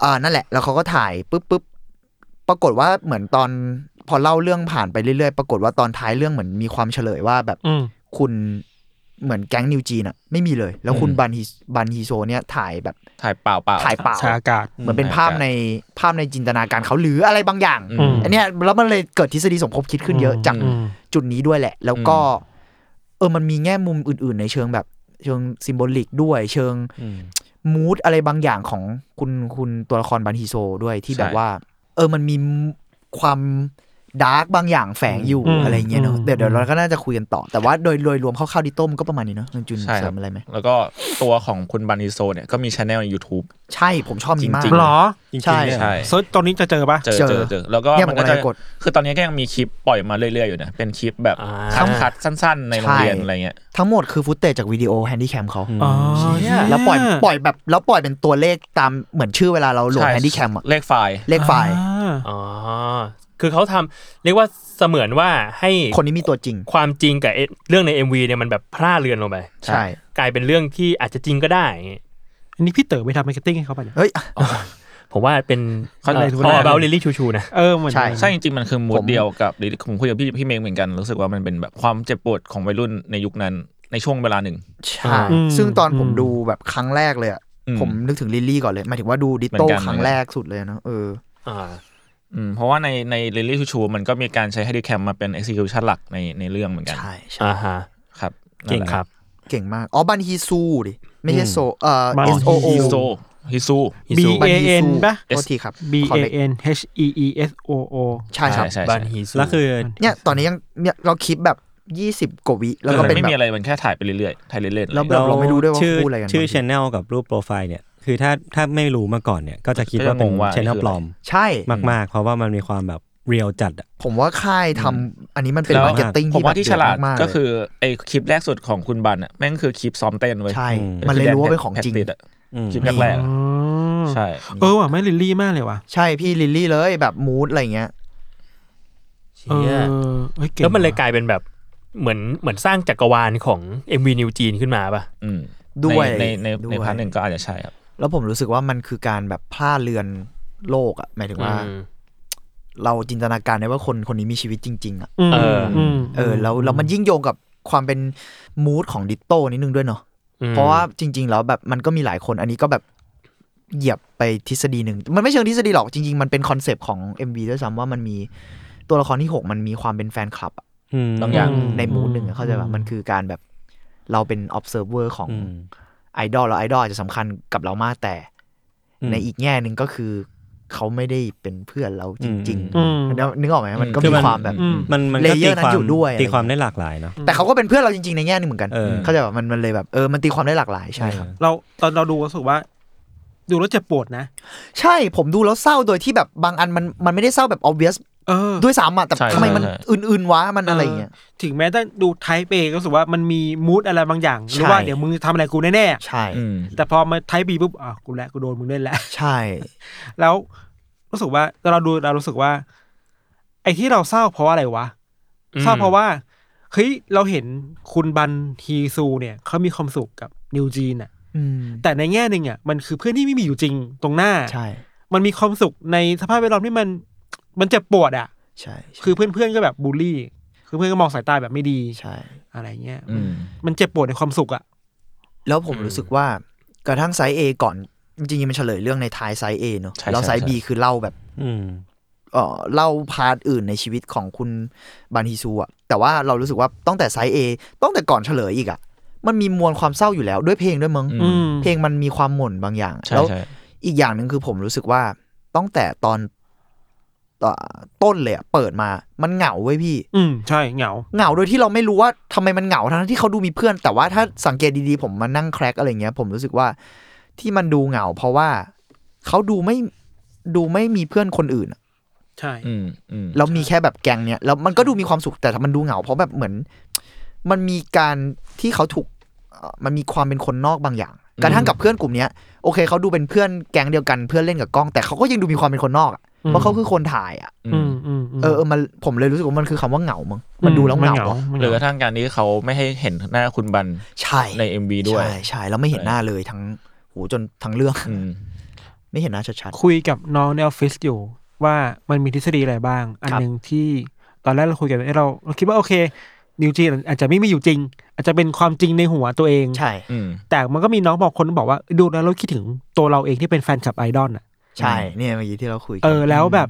[SPEAKER 6] อ่านั่นแหละ แล้วเขาก็ถ่ายปุ๊บปุ๊บ ปรากฏว่าเหมือนตอนพอเล่าเรื่องผ่านไปเรื่อยๆ ปรากฏว่าตอนท้ายเรื่องเหมือนมีความเฉลยว่าแบบ
[SPEAKER 3] อืม
[SPEAKER 6] คุณเหมือนแก๊งนิวจีนอ่ะ ไม่มีเลย แล้วคุณ
[SPEAKER 5] อืม
[SPEAKER 6] บันฮิบันฮิโซเนี่ยถ่ายแบบ
[SPEAKER 5] ถ่ายเปล่าเปล่าๆ
[SPEAKER 6] ถ่ายเปล่า
[SPEAKER 3] ชายอากาศ
[SPEAKER 6] เหมือนเป็นภาพในภาพในจินตนาการเขาหรืออะไรบางอย่าง
[SPEAKER 5] อืม
[SPEAKER 6] อันเนี้ยแล้วมันเลยเกิดทฤษฎีสมคบคิดขึ้นเยอะจาก
[SPEAKER 3] อืม
[SPEAKER 6] จุดนี้ด้วยแหละ แล้วก็ เออมันมีแง่มุมอื่น ๆ ในเชิงแบบ เชิงซิมโบลิกด้วย เชิง
[SPEAKER 2] อืม
[SPEAKER 6] มูดอะไรบางอย่างของคุณคุณตัวละครบันฮิโซด้วยที่
[SPEAKER 5] ใช่
[SPEAKER 6] แบบว่า เออมันมีความดาร์กบางอย่างแฝงอยู่
[SPEAKER 3] อืม
[SPEAKER 6] อะไรเงี้ยเนอะ
[SPEAKER 3] อืม
[SPEAKER 6] เดี๋ยวเดี๋ยวเราก็น่าจะคุยกันต่อ แต่ว่าโดยโดยรวมคร่าวๆดิโต้มันก็ประมาณนี้เนอะนองจุน
[SPEAKER 5] ใช่ค
[SPEAKER 6] เสริ
[SPEAKER 5] รับ
[SPEAKER 6] มอะไรไหม
[SPEAKER 5] แล้วก็ตัวของคุณบันนิโซเนี่ยก็มีช anel ใน YouTube
[SPEAKER 6] ใช่ผมชอบนี้มาก
[SPEAKER 5] จริงๆ
[SPEAKER 3] หรอ
[SPEAKER 2] จริงๆ
[SPEAKER 6] ใช่
[SPEAKER 2] เนี่ย
[SPEAKER 5] ใช่
[SPEAKER 3] เซิร์ชตอนนี้จะเจอปะ
[SPEAKER 5] เจอ
[SPEAKER 6] เจอ
[SPEAKER 5] เจอเจอแล้วก็
[SPEAKER 6] เนี่ย
[SPEAKER 5] มัน
[SPEAKER 6] ผม
[SPEAKER 5] ก็จะ
[SPEAKER 6] กำลังกด
[SPEAKER 5] คือตอนนี้ก็ยังมีคลิปปล่อยมาเรื่อยๆอยู่นะเป็นคลิปแบบ
[SPEAKER 4] อ่า
[SPEAKER 5] คัดๆสั้น ๆ ในโรงเรียน
[SPEAKER 6] ใช่
[SPEAKER 5] อะไรเงี้ย
[SPEAKER 6] ทั้งหมดคือฟุตเตจจากวิดีโอแฮนดี้แคมเขา
[SPEAKER 2] อ๋อ
[SPEAKER 6] แล้วปล่อยปล่อยแบบแล้วปล่อยเป็นตัวเลขตามเหมือนชื่อเวลาเราโหลด
[SPEAKER 5] ใช่
[SPEAKER 6] แฮนดี้แคมอะ
[SPEAKER 5] เลขไฟล์
[SPEAKER 6] เลขไฟล์
[SPEAKER 4] อ๋อ คือเขาทำเรียกว่าเสมือนว่าให้
[SPEAKER 6] คนนี้มีตัวจริง
[SPEAKER 4] ความจริงกับเอเรื่องใน MV เนี่ยมันแบบพร่าเรือนลงไป
[SPEAKER 5] ใช่
[SPEAKER 6] ใช่
[SPEAKER 4] กลายเป็นเรื่องที่อาจจะจริงก็ได้อย่างงี้
[SPEAKER 3] อันนี้พี่เต๋อไปทำมาร์เก็ตติ้งให้เขาปะเนี่ย
[SPEAKER 6] เฮ้ย
[SPEAKER 4] ผมว่าเป็น
[SPEAKER 5] เขาเลย
[SPEAKER 4] พอเบลลิลี่ชูชูนะ
[SPEAKER 3] เออเหมือน
[SPEAKER 6] ใช่
[SPEAKER 5] ใช่จริงๆ มันคือมู
[SPEAKER 6] ผ
[SPEAKER 5] ด
[SPEAKER 6] ม
[SPEAKER 5] เดียวกับดิผมคุยกับพี่พี่เมงเหมือนกันรู้สึกว่ามันเป็นแบบความเจ็บปวดของวัยรุ่นในยุคนั้นในช่วงเวลาหนึ่ง
[SPEAKER 6] ใช่
[SPEAKER 3] อืม
[SPEAKER 6] ซึ่งตอนผม
[SPEAKER 3] อืม
[SPEAKER 6] ดูแบบครั้งแรกเลยอะ
[SPEAKER 5] อืม
[SPEAKER 6] ผมนึกถึงลิลลี่ก่อนเลยหมายถึงว่าดูดิ
[SPEAKER 5] เหมือ
[SPEAKER 6] โต้
[SPEAKER 5] นกัน
[SPEAKER 6] ครั้ง
[SPEAKER 5] เหมือนกัน
[SPEAKER 6] แรกสุดเลยเนอะเออ
[SPEAKER 4] อ่า
[SPEAKER 5] อืมเพราะว่าในในเรลลี่ชูชูมันก็มีการใช้ไฮดิแคมมาเป็น execution หลักในในเรื่องเหมือนกัน
[SPEAKER 6] ใช่ใช่
[SPEAKER 4] อ่าฮะ
[SPEAKER 5] ครับ
[SPEAKER 2] เก่ง
[SPEAKER 5] นั่นแหละ
[SPEAKER 4] ครับ
[SPEAKER 6] เก่งมาก อ๋อ บันฮีซูดิ ไม่ใช่โซเอ่อ
[SPEAKER 3] บัน
[SPEAKER 6] S O O
[SPEAKER 5] ฮิโซฮิซู
[SPEAKER 3] B
[SPEAKER 4] ฮิซู
[SPEAKER 6] บั
[SPEAKER 3] A
[SPEAKER 6] ฮีซู
[SPEAKER 3] N ปะ
[SPEAKER 6] โทษทีครับ
[SPEAKER 3] B
[SPEAKER 6] ขอ
[SPEAKER 3] A
[SPEAKER 6] เล็ก
[SPEAKER 3] N H E E S O O
[SPEAKER 6] ใช่ครับ
[SPEAKER 5] ใช่
[SPEAKER 4] บั
[SPEAKER 5] ใช่
[SPEAKER 4] นฮีซู
[SPEAKER 2] แล้วคือ
[SPEAKER 6] เนี่ยตอนนี้ยังเนี่ยเราคลิปแบบยี่สิบ20 กว่าวิ แล้วก็
[SPEAKER 5] มัน
[SPEAKER 6] เป็น
[SPEAKER 5] ไม่
[SPEAKER 6] แบ
[SPEAKER 5] มี
[SPEAKER 6] บ
[SPEAKER 5] อะไรมันแค่ถ่ายไปเรื่อยๆถ่ายเล่นๆ
[SPEAKER 6] แล้ว
[SPEAKER 5] อะไรเงี้ย
[SPEAKER 6] เราไม่รู้ด้วยว่า
[SPEAKER 2] ชื่อ
[SPEAKER 6] พูดอะไรกั
[SPEAKER 2] ชื่อบ
[SPEAKER 6] นางที
[SPEAKER 2] ชแนลกับรูปโปรไฟล์เนี่ย คือถ้าถ้าไม่รู้มาก่อนเนี่ย ก็จะคิดว่าเป็น
[SPEAKER 5] ก็จะงงว่า
[SPEAKER 2] ชแนล
[SPEAKER 5] คืออะไร
[SPEAKER 2] ปลอม
[SPEAKER 6] ใช่
[SPEAKER 2] มากๆ เพราะว่ามันมีความแบบเรียลจัดอะ
[SPEAKER 6] ผมว่าค่ายทำอันนี้มันเป็น
[SPEAKER 5] แล้ว
[SPEAKER 6] มาร์เก็ตติ้ง
[SPEAKER 5] ผม
[SPEAKER 6] ที่
[SPEAKER 5] ว่าที่ฉลาด
[SPEAKER 6] แบบเยอะมากๆ
[SPEAKER 5] ก็
[SPEAKER 6] เลย
[SPEAKER 5] คือไอคลิปแรกสุดของคุณบันอ่ะแม่งคือคลิปซ้อมเต้นเว้ย
[SPEAKER 6] ใช่
[SPEAKER 2] อืม
[SPEAKER 6] มันเลยรู้ว่าเป็นของจริง
[SPEAKER 5] แพ็คติดอะ
[SPEAKER 2] อืม
[SPEAKER 5] คลิปแรก
[SPEAKER 3] อ๋
[SPEAKER 5] ๆอะ
[SPEAKER 3] อ
[SPEAKER 5] ใช่
[SPEAKER 3] เออว่ะไม่ลิลลี่มากเลยว่ะ
[SPEAKER 6] ใช่พี่ลิลลี่เลยแบบมูดอะไรเงี้ย
[SPEAKER 3] เอ
[SPEAKER 4] เชี่ย
[SPEAKER 3] อเฮ้ยเก่ง
[SPEAKER 4] แล้วมันเลย
[SPEAKER 3] ว่ะ
[SPEAKER 4] กลายเป็นแบบเหมือนเหมือนสร้างจักรวาลของ MV นิวจีนขึ้นมาป่ะ
[SPEAKER 5] อืม
[SPEAKER 6] ด้วย
[SPEAKER 5] ในในใน
[SPEAKER 6] ด้วย
[SPEAKER 5] พาร์ทหนึ่งก็อาจจะใช่ครับ
[SPEAKER 6] แล้วผมรู้สึกว่ามันคือการแบบพลาดเรือนโลกอะหมายถึงว่า
[SPEAKER 4] อืม
[SPEAKER 6] เราจินตนาการได้ว่าคนคนนี้มีชีวิตจริง ๆอะ
[SPEAKER 3] อืม
[SPEAKER 4] เอออื
[SPEAKER 3] ม
[SPEAKER 6] เออแล้วแล้วมันยิ่งโยงกับความเป็นมูดของดิโต้นิดนึงด้วยเนาะ
[SPEAKER 4] อืม
[SPEAKER 6] เพราะว่าจริง ๆ แล้วแบบมันก็มีหลายคนอันนี้ก็แบบเหยียบไปทฤษฎีหนึ่ง มันไม่เชิงทฤษฎีหรอกจริง ๆ มันเป็นคอนเซปต์ของ MV ด้วยซ้ำว่ามันมีตัวละครที่ 6 มันมีความเป็นแฟนคลับอะ
[SPEAKER 2] ม
[SPEAKER 5] บางอย่าง
[SPEAKER 6] ในมูดหนึ่งอะเข้าใจป่ะมันคือการแบบเราเป็น observer ของ
[SPEAKER 2] อืม
[SPEAKER 6] ไอดอลแล้วไอดอลอาจจะสำคัญกับเรามากแต่
[SPEAKER 2] อืม
[SPEAKER 6] ในอีกแง่หนึ่งก็คือเขาไม่ได้เป็นเพื่อนเราจริง
[SPEAKER 3] อืม
[SPEAKER 6] ๆแล้วนึกออกไหมมันก็
[SPEAKER 2] คือ
[SPEAKER 6] มี
[SPEAKER 2] มัน
[SPEAKER 6] ความแบบ
[SPEAKER 3] อืม
[SPEAKER 2] มันมันก็
[SPEAKER 6] layer
[SPEAKER 2] ตี
[SPEAKER 6] นั้
[SPEAKER 2] คน วาม
[SPEAKER 6] อยู่ด้วยอะไร
[SPEAKER 2] ตีความได้หลากหลายเนาะ
[SPEAKER 6] แต่เขาก็เป็นเพื่อนเราจริง ๆ ในแง่หนึงเหมือนกัน
[SPEAKER 2] เออ
[SPEAKER 6] เข้าใจว่ามันมันเลยแบบเออมันตีความได้หลากหลายใช่ครับ
[SPEAKER 3] เราตอนเราดูรู้สึกว่า ดูแล้วเจ็บปวดนะ
[SPEAKER 6] ใช่ผมดูแล้วเศร้าโดยที่แบบบางอันมันมันไม่ได้เศร้าแบบ obvious
[SPEAKER 3] เออ
[SPEAKER 6] ด้วยซ้ำอ่ะแต่
[SPEAKER 5] ใช่
[SPEAKER 6] ทำไมมัน
[SPEAKER 5] ใช่
[SPEAKER 6] อื่นๆวะมันอะไรอย่างเงี้ย
[SPEAKER 3] ถึงแม้ต้องดูไทป์เอก็รู้สึกว่ามันมีมูดอะไรบางอย่าง
[SPEAKER 6] ใช่
[SPEAKER 3] รู้ว่าเดี๋ยวมึงทำอะไรกูแน่ๆอะ
[SPEAKER 6] ใช่
[SPEAKER 5] อืม
[SPEAKER 3] แต่พอมาไทป์บีปุ๊บอ่ะกูแหละกูโดนมึงเล่นแล้ว
[SPEAKER 6] ใช่
[SPEAKER 3] แล้วรู้สึกว่าเราดูเรารู้สึกว่า ไอ้ที่เราเศร้าเพราะอะไรวะ
[SPEAKER 4] อืม
[SPEAKER 3] เศร้าเพราะว่าเฮ้ยเราเห็นคุณบันฮีซูเนี่ยเขามีความสุขกับนิวจีนอะ
[SPEAKER 6] อืม
[SPEAKER 3] แต่ในแง่หนึ่งอะมันคือเพื่อนที่ไม่มีอยู่จริงตรงหน้า
[SPEAKER 6] ใช่
[SPEAKER 3] มันมีความสุขในสภาพแวดล้อมที่มันมันเจ็บปวดอะ
[SPEAKER 6] ใช่ใช่
[SPEAKER 3] คือเพื่อนๆก็แบบบูลลี่ คือเพื่อนก็มองสายตาแบบไม่ดี
[SPEAKER 6] ใช่
[SPEAKER 3] อะไรเงี้ย
[SPEAKER 5] อืม
[SPEAKER 3] มันเจ็บปวดในความสุขอะ
[SPEAKER 6] แล้วผม
[SPEAKER 4] อืม
[SPEAKER 6] รู้สึกว่ากระทั่งไซส์ A ก่อน จริงๆมันเฉลยเรื่องในท้ายไซส์ A เนอะ
[SPEAKER 5] ใช่
[SPEAKER 6] แล้วไซส์
[SPEAKER 5] ใช่
[SPEAKER 6] B คือเล่าแบบ
[SPEAKER 2] อืม
[SPEAKER 6] เอ่อเล่าพาร์ทอื่นในชีวิตของคุณบันฮีซูอะแต่ว่าเรารู้สึกว่าตั้งแต่ไซส์ A ตั้งแต่ก่อนเฉลยอีกอะมันมีมวลความเศร้าอยู่แล้วด้วยเพลงด้วยมั้ง
[SPEAKER 5] อืม
[SPEAKER 6] เพลงมันมีความหม่นบางอย่าง
[SPEAKER 5] ใช่
[SPEAKER 6] แล้ว
[SPEAKER 5] ใช่
[SPEAKER 6] อีกอย่างหนึ่งคือผมรู้สึกว่าตั้งแต่ตอนต่อต้นเลยอะเปิดมามันเหงาเว้ยพี่
[SPEAKER 3] อืมใช่เหงา
[SPEAKER 6] เหงาโดยที่เราไม่รู้ว่าทำไมมันเหงาทั้งที่เขาดูมีเพื่อน แต่ว่าถ้าสังเกตดีๆ ผมมานั่งแครกอะไรเงี้ย ผมรู้สึกว่าที่มันดูเหงา เพราะว่าเขาดูไม่ดูไม่มีเพื่อนคนอื่นอะ
[SPEAKER 3] ใช่
[SPEAKER 5] อืมอืม
[SPEAKER 6] แล้วมีแค่แบบแกงเนี้ยแล้วมันก็ดูมีความสุขแต่มันดูเหงา เพราะแบบเหมือน มันมีการที่เขาถูกเอ่อมันมีความเป็นคนนอกบางอย่าง กระทั่งกับเพื่อนกลุ่มเนี้ยโอเคเขาดูเป็นเพื่อนแก๊งเดียวกันเพื่อนเล่นกับกล้อง แต่เขาก็ยังดูมีความเป็นคนนอกอะเพราะเขาคือคนถ่ายอ่ะ
[SPEAKER 3] อืมอืมม
[SPEAKER 6] เออเออมันผมเลยรู้สึกว่ามันคือคำว่าเหงามั้งมันดูแล้วเหงาอะ
[SPEAKER 3] มัน
[SPEAKER 5] ห
[SPEAKER 3] เห
[SPEAKER 5] รือก
[SPEAKER 3] งา
[SPEAKER 5] ระทั่งการนี้เขาไม่ให้เห็นหน้าคุณบัน
[SPEAKER 6] ใช่
[SPEAKER 5] ใน MV ด้วย
[SPEAKER 6] ใช่ใช่แล้วไม่เห็น
[SPEAKER 5] ใช่
[SPEAKER 6] หน้าเลยทั้งโหจนทั้งเรื่อง
[SPEAKER 5] อืม
[SPEAKER 6] ไม่เห็นหน้าชัด
[SPEAKER 3] คุยกับน้องในออฟฟิศอยู่ว่ามันมีทฤษฎีอะไรบ้าง อันหนึ่งที่ตอนแรกเราคุยกันเอ้ยเราเราคิดว่าโอเค นิวจีนอาจจะไม่มีอยู่จริง อาจจะเป็นความจริงในหัวตัวเอง
[SPEAKER 6] ๆ ใช่
[SPEAKER 5] อืม
[SPEAKER 3] แต่มันก็มีน้องบอกคนบอกว่าดูแล้วเราคิดถึงตัวเราเองที่เป็นแฟนคลับไอดอลอ่ะ
[SPEAKER 6] ใช่เนี่ยเมื่อกี้ที่เราคุยกั
[SPEAKER 3] เออแล้วแบบ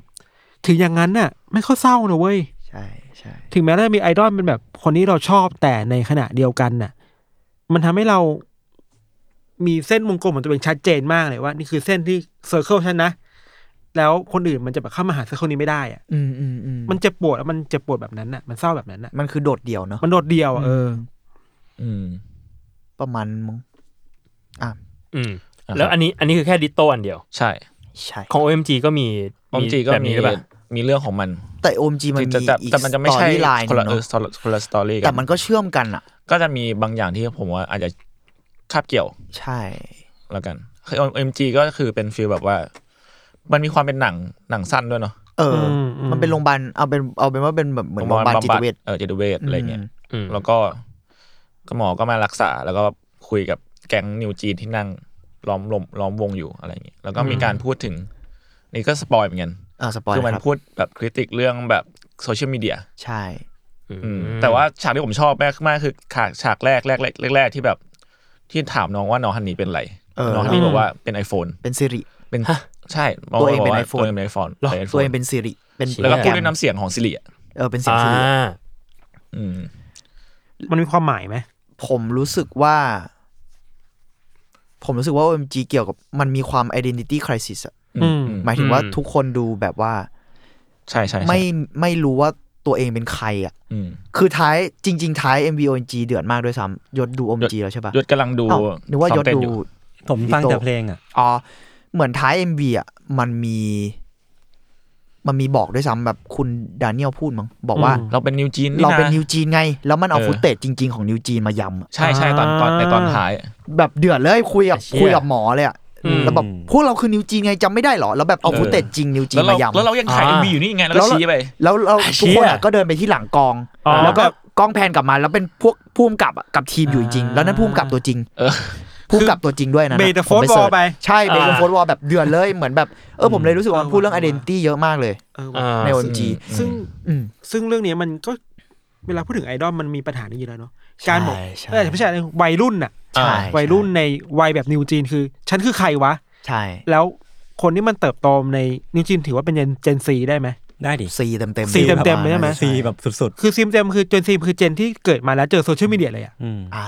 [SPEAKER 3] ถึงอย่างนั้นน่ะ ไม่ค่อยเศร้านะเว้ย
[SPEAKER 6] ใช่ใช่
[SPEAKER 3] ถึงแม้เราจะมีไอดอลเป็นแบบคนที่เราชอบแต่ในขณะเดียวกันน่ะ มันทำให้เรามีเส้นวงกลมของตัวเองชัดเจนมากเลยว่า นี่คือเส้นที่เซอร์เคิลฉันนะ แล้วคนอื่นมันจะแบบเข้ามาหาเซอร์เคิลนี้ไม่ได้อะ
[SPEAKER 6] อืมอืมอืม
[SPEAKER 3] มันเจ็บปวดแล้วมันเจ็บปวดแบบนั้นน่ะ มันเศร้าแบบนั้นน่ะ
[SPEAKER 6] มันคือโดดเดี่ยวเนาะ
[SPEAKER 3] มันโดดเดียวอะเออ
[SPEAKER 5] อืม
[SPEAKER 6] ประมาณมึง
[SPEAKER 4] อืม
[SPEAKER 5] อ่ะ
[SPEAKER 4] แล้วอันนี้อันนี้คือแค่ดิสโตอันเดียว
[SPEAKER 5] ใช่
[SPEAKER 6] ใช่
[SPEAKER 4] ของ OMG ก็มี
[SPEAKER 5] อมจีก็
[SPEAKER 4] แบบ
[SPEAKER 5] มี
[SPEAKER 4] นี้หรือเปล่า
[SPEAKER 5] มีเรื่องของมัน
[SPEAKER 6] แต่โอมจีมันมี
[SPEAKER 5] จะจะ
[SPEAKER 6] อีก
[SPEAKER 5] แต่มันจะไม่ใช่
[SPEAKER 6] ไลน์
[SPEAKER 5] คนละ
[SPEAKER 6] เน
[SPEAKER 5] เออ
[SPEAKER 6] อะ
[SPEAKER 5] คนละสตอรี่กั
[SPEAKER 6] แต่มันก็เชื่อมกันอ่ะ
[SPEAKER 5] ก็จะมีบางอย่างที่ผมว่าอาจจะคาบเกี่ยว
[SPEAKER 6] ใช่
[SPEAKER 5] แล้วกันคือเอ็มจีก็คือเป็นฟีลแบบว่า มันมีความเป็นหนังหนังสั้นด้วยเนาะ
[SPEAKER 6] เอออ
[SPEAKER 3] มอืม
[SPEAKER 6] มันเป็นโรงพยาบาลเอาเป็นเอาเป็นว่าเป็นแบบเหมือนโรงพยาบาลจิตเวช
[SPEAKER 5] เออจิตเวชอะไรเงี้ย
[SPEAKER 6] ม
[SPEAKER 4] อืม
[SPEAKER 5] แล้วก็ก็หมอก็มารักษา แล้วก็คุยกับแก๊งนิวจีนที่นั่งล้อมลมล้อมวงอยู่อะไรอย่างเงี้ยแล้วก็มีการพูดถึง นี่ก็สปอยเหมือนกัน
[SPEAKER 6] อ่าสปอย
[SPEAKER 5] คือมัน
[SPEAKER 6] ครับ
[SPEAKER 5] พูดแบบคริติกเรื่องแบบโซเชียลมีเดีย
[SPEAKER 6] ใช่
[SPEAKER 4] อืม
[SPEAKER 5] แต่ว่าฉากที่ผมชอบมากมากคือฉากฉากแรกแรกแรกแรกแรกที่แบบที่ถามน้องว่าน้องฮันนี่เป็นไร
[SPEAKER 6] เออ
[SPEAKER 5] น้องฮันนี่บอกว่าเป็น iPhone
[SPEAKER 6] เป็นซิริ
[SPEAKER 5] เป็นใช่น้ง
[SPEAKER 6] ตัวเอง
[SPEAKER 5] บกา
[SPEAKER 6] เป็น iPhone
[SPEAKER 5] ตัวเองเป็น iPhone เป็น iPhone
[SPEAKER 6] ตัวเองเป็นซิริเป็น
[SPEAKER 5] แล้วก็พูด
[SPEAKER 6] ม
[SPEAKER 5] ด้วยน้ำเสียงของซิริอ่ะ
[SPEAKER 6] เออเป็นเสียง
[SPEAKER 4] อ่า
[SPEAKER 6] ซิริ
[SPEAKER 5] อืม
[SPEAKER 3] มันมีความหมายไหม
[SPEAKER 6] ผมรู้สึกว่า ผมรู้สึกว่า OMG เกี่ยวกับมันมีความ identity crisis อะ
[SPEAKER 3] อืม
[SPEAKER 6] หมายถึงว่าทุกคนดูแบบว่า
[SPEAKER 5] ใช่ใช่ใช่
[SPEAKER 6] ไม่ไม่รู้ว่าตัวเองเป็นใครอะ
[SPEAKER 5] อืม
[SPEAKER 6] คือท้ายจริง ๆ ท้าย MV OMG เดือดมากด้วยซ้ำยศดู OMG แล้วใช่ปะ
[SPEAKER 5] ยศกำลังดู
[SPEAKER 6] อ้าวนึกว่า
[SPEAKER 5] ซ้
[SPEAKER 6] ย
[SPEAKER 5] อม
[SPEAKER 6] ศ
[SPEAKER 5] เต้นอ
[SPEAKER 6] ดู
[SPEAKER 5] ยู่
[SPEAKER 2] ผมฟัง
[SPEAKER 6] อีโต้
[SPEAKER 2] แต่เพลงอ่ะ
[SPEAKER 6] อ๋อ เหมือนท้าย MV อ่ะมันมี มันมีบอกด้วยซ้ำแบบคุณดานิเอลพูดมั้งบอกว่า
[SPEAKER 3] อืม
[SPEAKER 5] เราเป็นนิวจีน
[SPEAKER 6] เรา
[SPEAKER 5] ะ
[SPEAKER 6] เป็นนิวจีนไง แล้วมันเอา
[SPEAKER 5] เออ
[SPEAKER 6] ฟุตเตจจริง ๆของนิวจีนมายำอะ
[SPEAKER 5] ใช่ใช่ตอนตอนในตอนท้ายอะ
[SPEAKER 6] แบบเดือดเลยคุยกับ
[SPEAKER 4] เชี่ย
[SPEAKER 6] คุยกับหมอเลยอะ
[SPEAKER 4] อืม
[SPEAKER 6] แล้วแบบพวกเราคือนิวจีนไงจำไม่ได้เหรอ แล้วแบบเอาฟุตเตจจริงนิวจี
[SPEAKER 5] แล้ว
[SPEAKER 6] นมา
[SPEAKER 5] เรา
[SPEAKER 6] ยำ
[SPEAKER 5] แล้วเรายังถ่าย
[SPEAKER 4] อ่า
[SPEAKER 5] เอ็มวีอยู่นี่ไง แล้วก็
[SPEAKER 6] แล้วเรา
[SPEAKER 5] ชี้ไป
[SPEAKER 6] แล้วเราทุกคนอะ
[SPEAKER 4] เชี่ย
[SPEAKER 6] ก็เดินไปที่หลังกอง
[SPEAKER 3] อ๋อ
[SPEAKER 6] แล้วก็กล้องแพนกลับมาแล้วเป็นพวกพุ่มกับอะกับทีมอยู่จริงๆแล้วนั่นพุ่มกับตัวจริง
[SPEAKER 5] เออ
[SPEAKER 6] พุ่มกับตัวจริงด้วยนะ
[SPEAKER 3] เบย์เดอะ
[SPEAKER 6] ผม
[SPEAKER 3] โฟร์
[SPEAKER 6] เสิร์ช
[SPEAKER 3] วอลไป
[SPEAKER 6] ใช่เบย์เดอะ
[SPEAKER 4] อ่า
[SPEAKER 6] โฟร์วอลแบบเดือดเลยเหมือนแบบเออผมเลยรู้สึกว่ามันพูดเรื่อง
[SPEAKER 3] เออ
[SPEAKER 6] identity เยอะมากเลย
[SPEAKER 3] เออ
[SPEAKER 4] อ่า
[SPEAKER 6] ใน OMG
[SPEAKER 3] ซึ่ง
[SPEAKER 6] อืม
[SPEAKER 3] ซึ่งเรื่องเนี้ยมันก็เวลาพูดถึงไอดอลมันมีปัญหานี้อยู่แล้วเนาะการบอก
[SPEAKER 6] ใช่ใช่
[SPEAKER 3] เออไม่ใช่วัยรุ่นน่ะ
[SPEAKER 6] ใช่
[SPEAKER 3] วัยรุ่นในวัยแบบนิวจีนคือ ฉันคือใครวะ
[SPEAKER 6] ใช่
[SPEAKER 3] แล้วคนที่มันเติบโตในนิวจีนถือว่าเป็นเจนซีได้ไหม
[SPEAKER 2] ได้ดิ
[SPEAKER 6] ซีเต็มเต็มๆ
[SPEAKER 3] C เต็มๆเลยใช่ไหม
[SPEAKER 2] ซีแบบสุด
[SPEAKER 3] คือซีมเจมคือเจนซีคือเจนที่เกิดมาแล้วเจอโซเชียลมีเดียเลยอะ
[SPEAKER 2] ๆ อืม
[SPEAKER 6] อ่า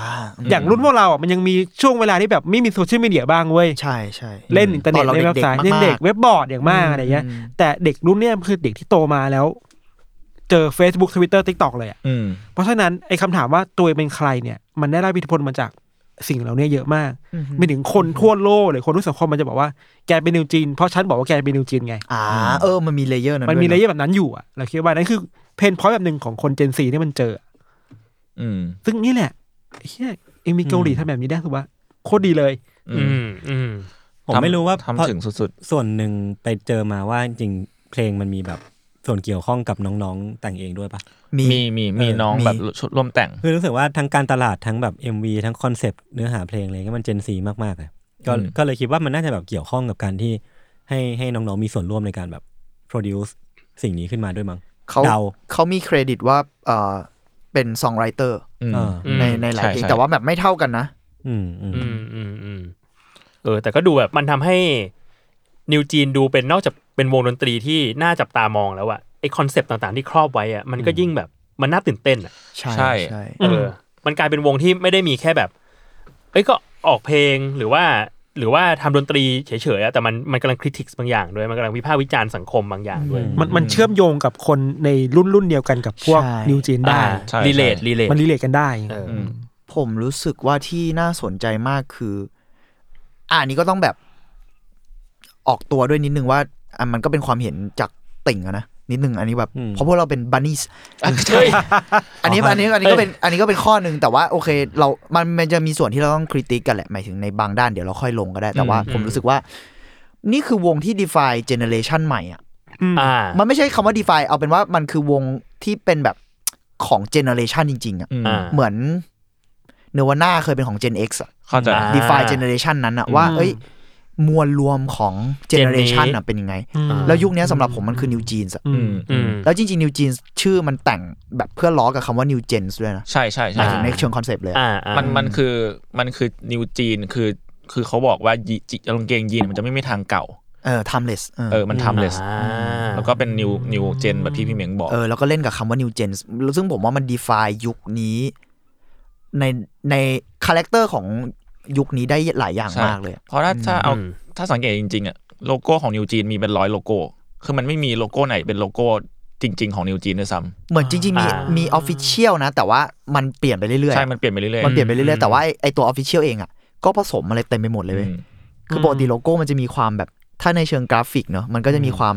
[SPEAKER 3] อย่างรุ่นพวกเราอ่ะมันยังมีช่วงเวลาที่แบบไม่มีโซเชียลมีเดียบ้างเว้ย
[SPEAKER 6] ใช่ใช่
[SPEAKER 3] เล่นอินเทอร์เน็ต
[SPEAKER 6] ตอนเรา
[SPEAKER 3] เล่นเว็บไซต์
[SPEAKER 6] เด็
[SPEAKER 3] เล่นเด็ก
[SPEAKER 6] กๆมากๆ
[SPEAKER 3] เว็บบอร์ดอย่างมากอะไรเงี้ย
[SPEAKER 6] อืม
[SPEAKER 3] แต่เด็กรุ่นเนี้ยคือเด็กที่โตมาแล้ว เจอ Facebook Twitter TikTok เลยอะ
[SPEAKER 5] อืม
[SPEAKER 3] เพราะฉะนั้นไอ้คำถามว่าตัวเองเป็นใครเนี่ย มันได้รับอิทธิพลมาจาก สิ่งเหล่านี้เยอะมากไม่ถึงคนทั่วโลกเลยคนทุกสังคมมันจะบอกว่าแกเป็นนิวจีนเพราะฉันบอกว่าแกเป็นนิวจีนไง
[SPEAKER 6] อ่า เออ มันมีเลเยอร์นั้น
[SPEAKER 3] มัน
[SPEAKER 6] ด้ว
[SPEAKER 3] มี
[SPEAKER 6] นะ
[SPEAKER 3] เลเยอร์แบบนั้นอยู่อ่ะเราคิดว่านั่นคือเพนพอยต์แบบหนึ่งของคนเจนซีที่มันเจอ
[SPEAKER 5] อืม
[SPEAKER 3] ซึ่งนี่แหละเฮียเองมีเกาหลีทำแบบนี้ได้ถือว่าโคตรดีเลย
[SPEAKER 4] อืมอืม
[SPEAKER 2] ผมไม่รู้ว่า
[SPEAKER 5] ทำ
[SPEAKER 2] เพราะ
[SPEAKER 5] ถึงสุด
[SPEAKER 2] ส่วนหนึ่งไปเจอมาว่าจริงๆเพลงมันมีแบบส่วนเกี่ยวข้องกับน้องๆแต่งเองด้วยปะ
[SPEAKER 6] มี
[SPEAKER 5] มีมีมีน้อง
[SPEAKER 6] มี
[SPEAKER 5] แบบชุดร่วมแต่ง
[SPEAKER 2] คือรู้สึกว่าทั้งการตลาดทั้งแบบ MV ทั้งคอนเซปต์เนื้อหาเพลงอะไรก็มันเจนซีมากๆเลยก็
[SPEAKER 5] อืม
[SPEAKER 2] ก็เลยคิดว่ามันน่าจะแบบเกี่ยวข้องกับการที่ให้ให้น้องๆมีส่วนร่วมในการแบบ produce สิ่งนี้ขึ้นมาด้วยมั้ง
[SPEAKER 6] เขา
[SPEAKER 2] เดา
[SPEAKER 6] เขามีเครดิตว่าเออเป็นซองไรเตอร์
[SPEAKER 5] อืม
[SPEAKER 2] อ่า
[SPEAKER 4] อืม
[SPEAKER 6] ในในหลาย
[SPEAKER 5] ใช่
[SPEAKER 6] เพลง
[SPEAKER 5] ใช่
[SPEAKER 6] แต่ว่าแบบไม่เท่ากันนะ
[SPEAKER 2] อืมอืม
[SPEAKER 4] อืมอืมอืมเออ แต่ก็ดูแบบมันทำให้นิวจีนดูเป็นนอกจากเป็นวงดนตรีที่น่าจับตามองแล้วอะไอคอนเซปต์ต่างๆที่ครอบไว้อะมันก็ยิ่งแบบมันน่าตื่นเต้นอะ
[SPEAKER 6] ใช่
[SPEAKER 5] ใช่
[SPEAKER 6] ใช่
[SPEAKER 4] เออ มันกลายเป็นวงที่ไม่ได้มีแค่แบบ เอ้ยก็ออกเพลงหรือว่า หรือว่าทำดนตรีเฉยๆอะแต่มันมันกำลังคริติกบางอย่างด้วยมันกำลังวิพากษ์วิจารณ์สังคมบางอย่างด้วย
[SPEAKER 3] มันมันเชื่อมโยงกับคนในรุ่นรุ่นเดียวกันกับพวกนิวจีนได้
[SPEAKER 5] ใช่
[SPEAKER 4] รีเลท
[SPEAKER 5] ใช่
[SPEAKER 4] รีเลท
[SPEAKER 3] มันรีเลทกันได้
[SPEAKER 4] เออ
[SPEAKER 5] อืม
[SPEAKER 6] ผมรู้สึกว่าที่น่าสนใจมากคือ อ่านนี้ก็ต้องแบบ ออกตัวด้วยนิดนึงว่าอ่ะมันก็เป็นความเห็นจากติ่งอะนะนิดนึงอันนี้แบบเพราะพวกเราเป็นบันนี่
[SPEAKER 4] เฮ้ย
[SPEAKER 6] อันนี้อันนี้อันนี้ก็เป็นอันนี้ก็เป็นข้อหนึ่งแต่ว่าโอเค เรามันมันจะมีส่วนที่เราต้องคริติกกันแหละหมายถึงในบางด้านเดี๋ยวเราค่อยลงก็ได้ แต่ว่าผมรู้สึกว่า นี่คือวงที่ define generation ใหม่อ่ะ
[SPEAKER 4] อ่า
[SPEAKER 6] มันไม่ใช่คำว่า define เอาเป็นว่ามันคือวงที่เป็นแบบของเจเนอเรชันจริง ๆ อ่ะ
[SPEAKER 5] อืม
[SPEAKER 4] อ่า
[SPEAKER 6] เหมือนเนวาน่าเคยเป็นของ Gen X อ่ะ
[SPEAKER 5] เข้าใจ
[SPEAKER 4] อ่า
[SPEAKER 6] define generation นั้นอ่ะ ว่า
[SPEAKER 3] อืม
[SPEAKER 6] เอ้ย มวลรวมของเจเนอเรชันอ่ะเป็นยังไง
[SPEAKER 3] อืม
[SPEAKER 6] แล้วยุคเนี้ยสำหรับผมมันคือ New Jeans อ่ะ
[SPEAKER 3] อืม
[SPEAKER 4] อืม
[SPEAKER 6] แล้วจริง ๆ New Jeans ชื่อมันแต่งแบบเพื่อล้อกับคำว่า New Gens ด้วยนะ
[SPEAKER 5] ใช่ใช่
[SPEAKER 6] หมา
[SPEAKER 5] ใช่
[SPEAKER 6] ยถึง
[SPEAKER 4] อ่า
[SPEAKER 6] ในเชิงคอนเซปต์เลยอะ
[SPEAKER 4] อ่าอ่า
[SPEAKER 5] มันมันคือมันคือนิวจีนคือคือเขาบอกว่ายีจิกางเกงยีนมันจะไม่มีทางเก่า
[SPEAKER 6] เออ timeless เออ
[SPEAKER 5] เออมันทำเลส
[SPEAKER 4] อ่า
[SPEAKER 5] แล้วก็เป็นนิวนิวเจนแบบที่พี่เหมียงบอก
[SPEAKER 6] เออแล้วก็เล่นกับคำว่า New Gens ซึ่งผมว่ามัน define ยุคนี้ ในในคาแรคเตอร์ของยุคนี้ได้หลายอย่าง
[SPEAKER 5] ใช่
[SPEAKER 6] มากเลยอะ
[SPEAKER 5] เพราะถ้าถ้าเอา
[SPEAKER 4] อืม
[SPEAKER 5] ถ้าสังเกตจริงๆอ่ะโลโก้ของนิวจีนมีเป็นร้อยโลโก้ คือมันไม่มีโลโก้ไหนเป็นโลโก้จริง ๆ ของนิวจีนด้วยซ้
[SPEAKER 6] เหมือนจริงๆ มี
[SPEAKER 4] อ่ามี
[SPEAKER 6] มีออฟฟิเชียลนะ แต่ว่ามันเปลี่ยนไปเรื่อ
[SPEAKER 5] ำ
[SPEAKER 6] ยๆ
[SPEAKER 5] ใช่มันเปลี่ยนไปเรื่อยๆ
[SPEAKER 6] มันเปลี่ยนไปเรื่อยๆ แต่ว่าไอ้ไอตัวออฟฟิเชียลเองอ่ะก็ผสมอะไรเต็มไปหมดเลยเว้ย
[SPEAKER 5] อืม
[SPEAKER 6] คือปกติโลโก้มันจะมีความแบบถ้าในเชิงกราฟิกเนอะมันก็จะมีความ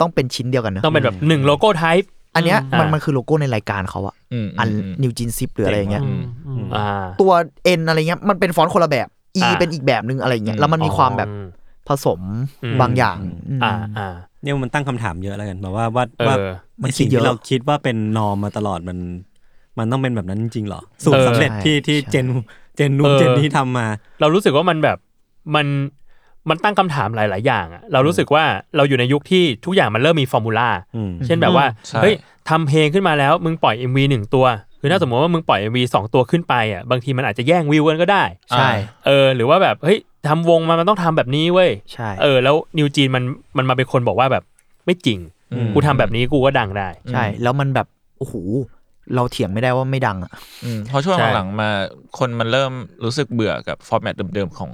[SPEAKER 6] ต้องเป็นชิ้นเดียวกันเนอะ
[SPEAKER 4] ต้องเป็นแบบหนึ่งโลโก้ไทป์
[SPEAKER 6] อันเนี้ย
[SPEAKER 4] อ่ามั
[SPEAKER 6] มันมันคือโลโก้ในรายการเขาอะ
[SPEAKER 5] อืม
[SPEAKER 6] อัน
[SPEAKER 5] อืมอืม
[SPEAKER 6] นิวจินซิปหรืออะไรอย่างเงี้ย
[SPEAKER 5] อืม
[SPEAKER 4] อ่า
[SPEAKER 6] ตัวเอ็นอะไรเงี้ยมันเป็นฟอนต์คนละแบบอี
[SPEAKER 4] อ่า
[SPEAKER 6] เป็นอีกแบบนึงอะไรเงี้ยแล้วมันมีความแบบผสมบางอย่างม
[SPEAKER 4] อ่าอ่า
[SPEAKER 2] เนี่ยมันตั้งคำถามเยอะแล้วกันแบบว่าว่า
[SPEAKER 4] เออ
[SPEAKER 2] ว่า
[SPEAKER 6] มันคิด
[SPEAKER 2] สิ่ง
[SPEAKER 6] เยอะ
[SPEAKER 2] ที่เราคิดว่าเป็นนอมมาตลอดมัน มันต้องเป็นแบบนั้นจริงๆหรอสูตรสำเร็จ
[SPEAKER 6] เออ
[SPEAKER 2] ที่ที่
[SPEAKER 6] ใช่
[SPEAKER 2] เจนเจนนู้น
[SPEAKER 4] เออ
[SPEAKER 2] เจนนี้ทำมา
[SPEAKER 4] เรารู้สึกว่ามันแบบมันมันตั้งคำถามหลาย ๆ อย่างอะเรารู้สึกว่าเราอยู่ในยุคที่ทุกอย่างมันเริ่มมีฟอร์มูลา
[SPEAKER 2] อืม
[SPEAKER 4] เช่นแบบว่า
[SPEAKER 5] ใช่
[SPEAKER 4] เฮ้ยทำเพลงขึ้นมาแล้ว มึงปล่อย MV หนึ่งตัว คือถ้าสมมติว่ามึงปล่อย MV สองตัวขึ้นไปอ่ะบางทีมันอาจจะแย่งวิวกันก็ได้
[SPEAKER 6] ใช่
[SPEAKER 4] เออหรือว่าแบบเฮ้ยทำวงมามันต้องทำแบบนี้เว้ย
[SPEAKER 6] ใช่
[SPEAKER 4] เออแล้วนิวจีนมันมันมาเป็นคนบอกว่าแบบไม่จริง
[SPEAKER 5] อืม
[SPEAKER 4] กูทำแบบนี้กูก็ดังได้
[SPEAKER 6] ใช่ แล้วมันแบบโอ้โหเราเถียงไม่ได้ว่าไม่ดังอะ
[SPEAKER 5] อืมเพอช่วง
[SPEAKER 4] ใช่
[SPEAKER 5] หลังๆมาคนมันเริ่มรู้สึกเบื่อกับฟอร์แมตเดิมๆของ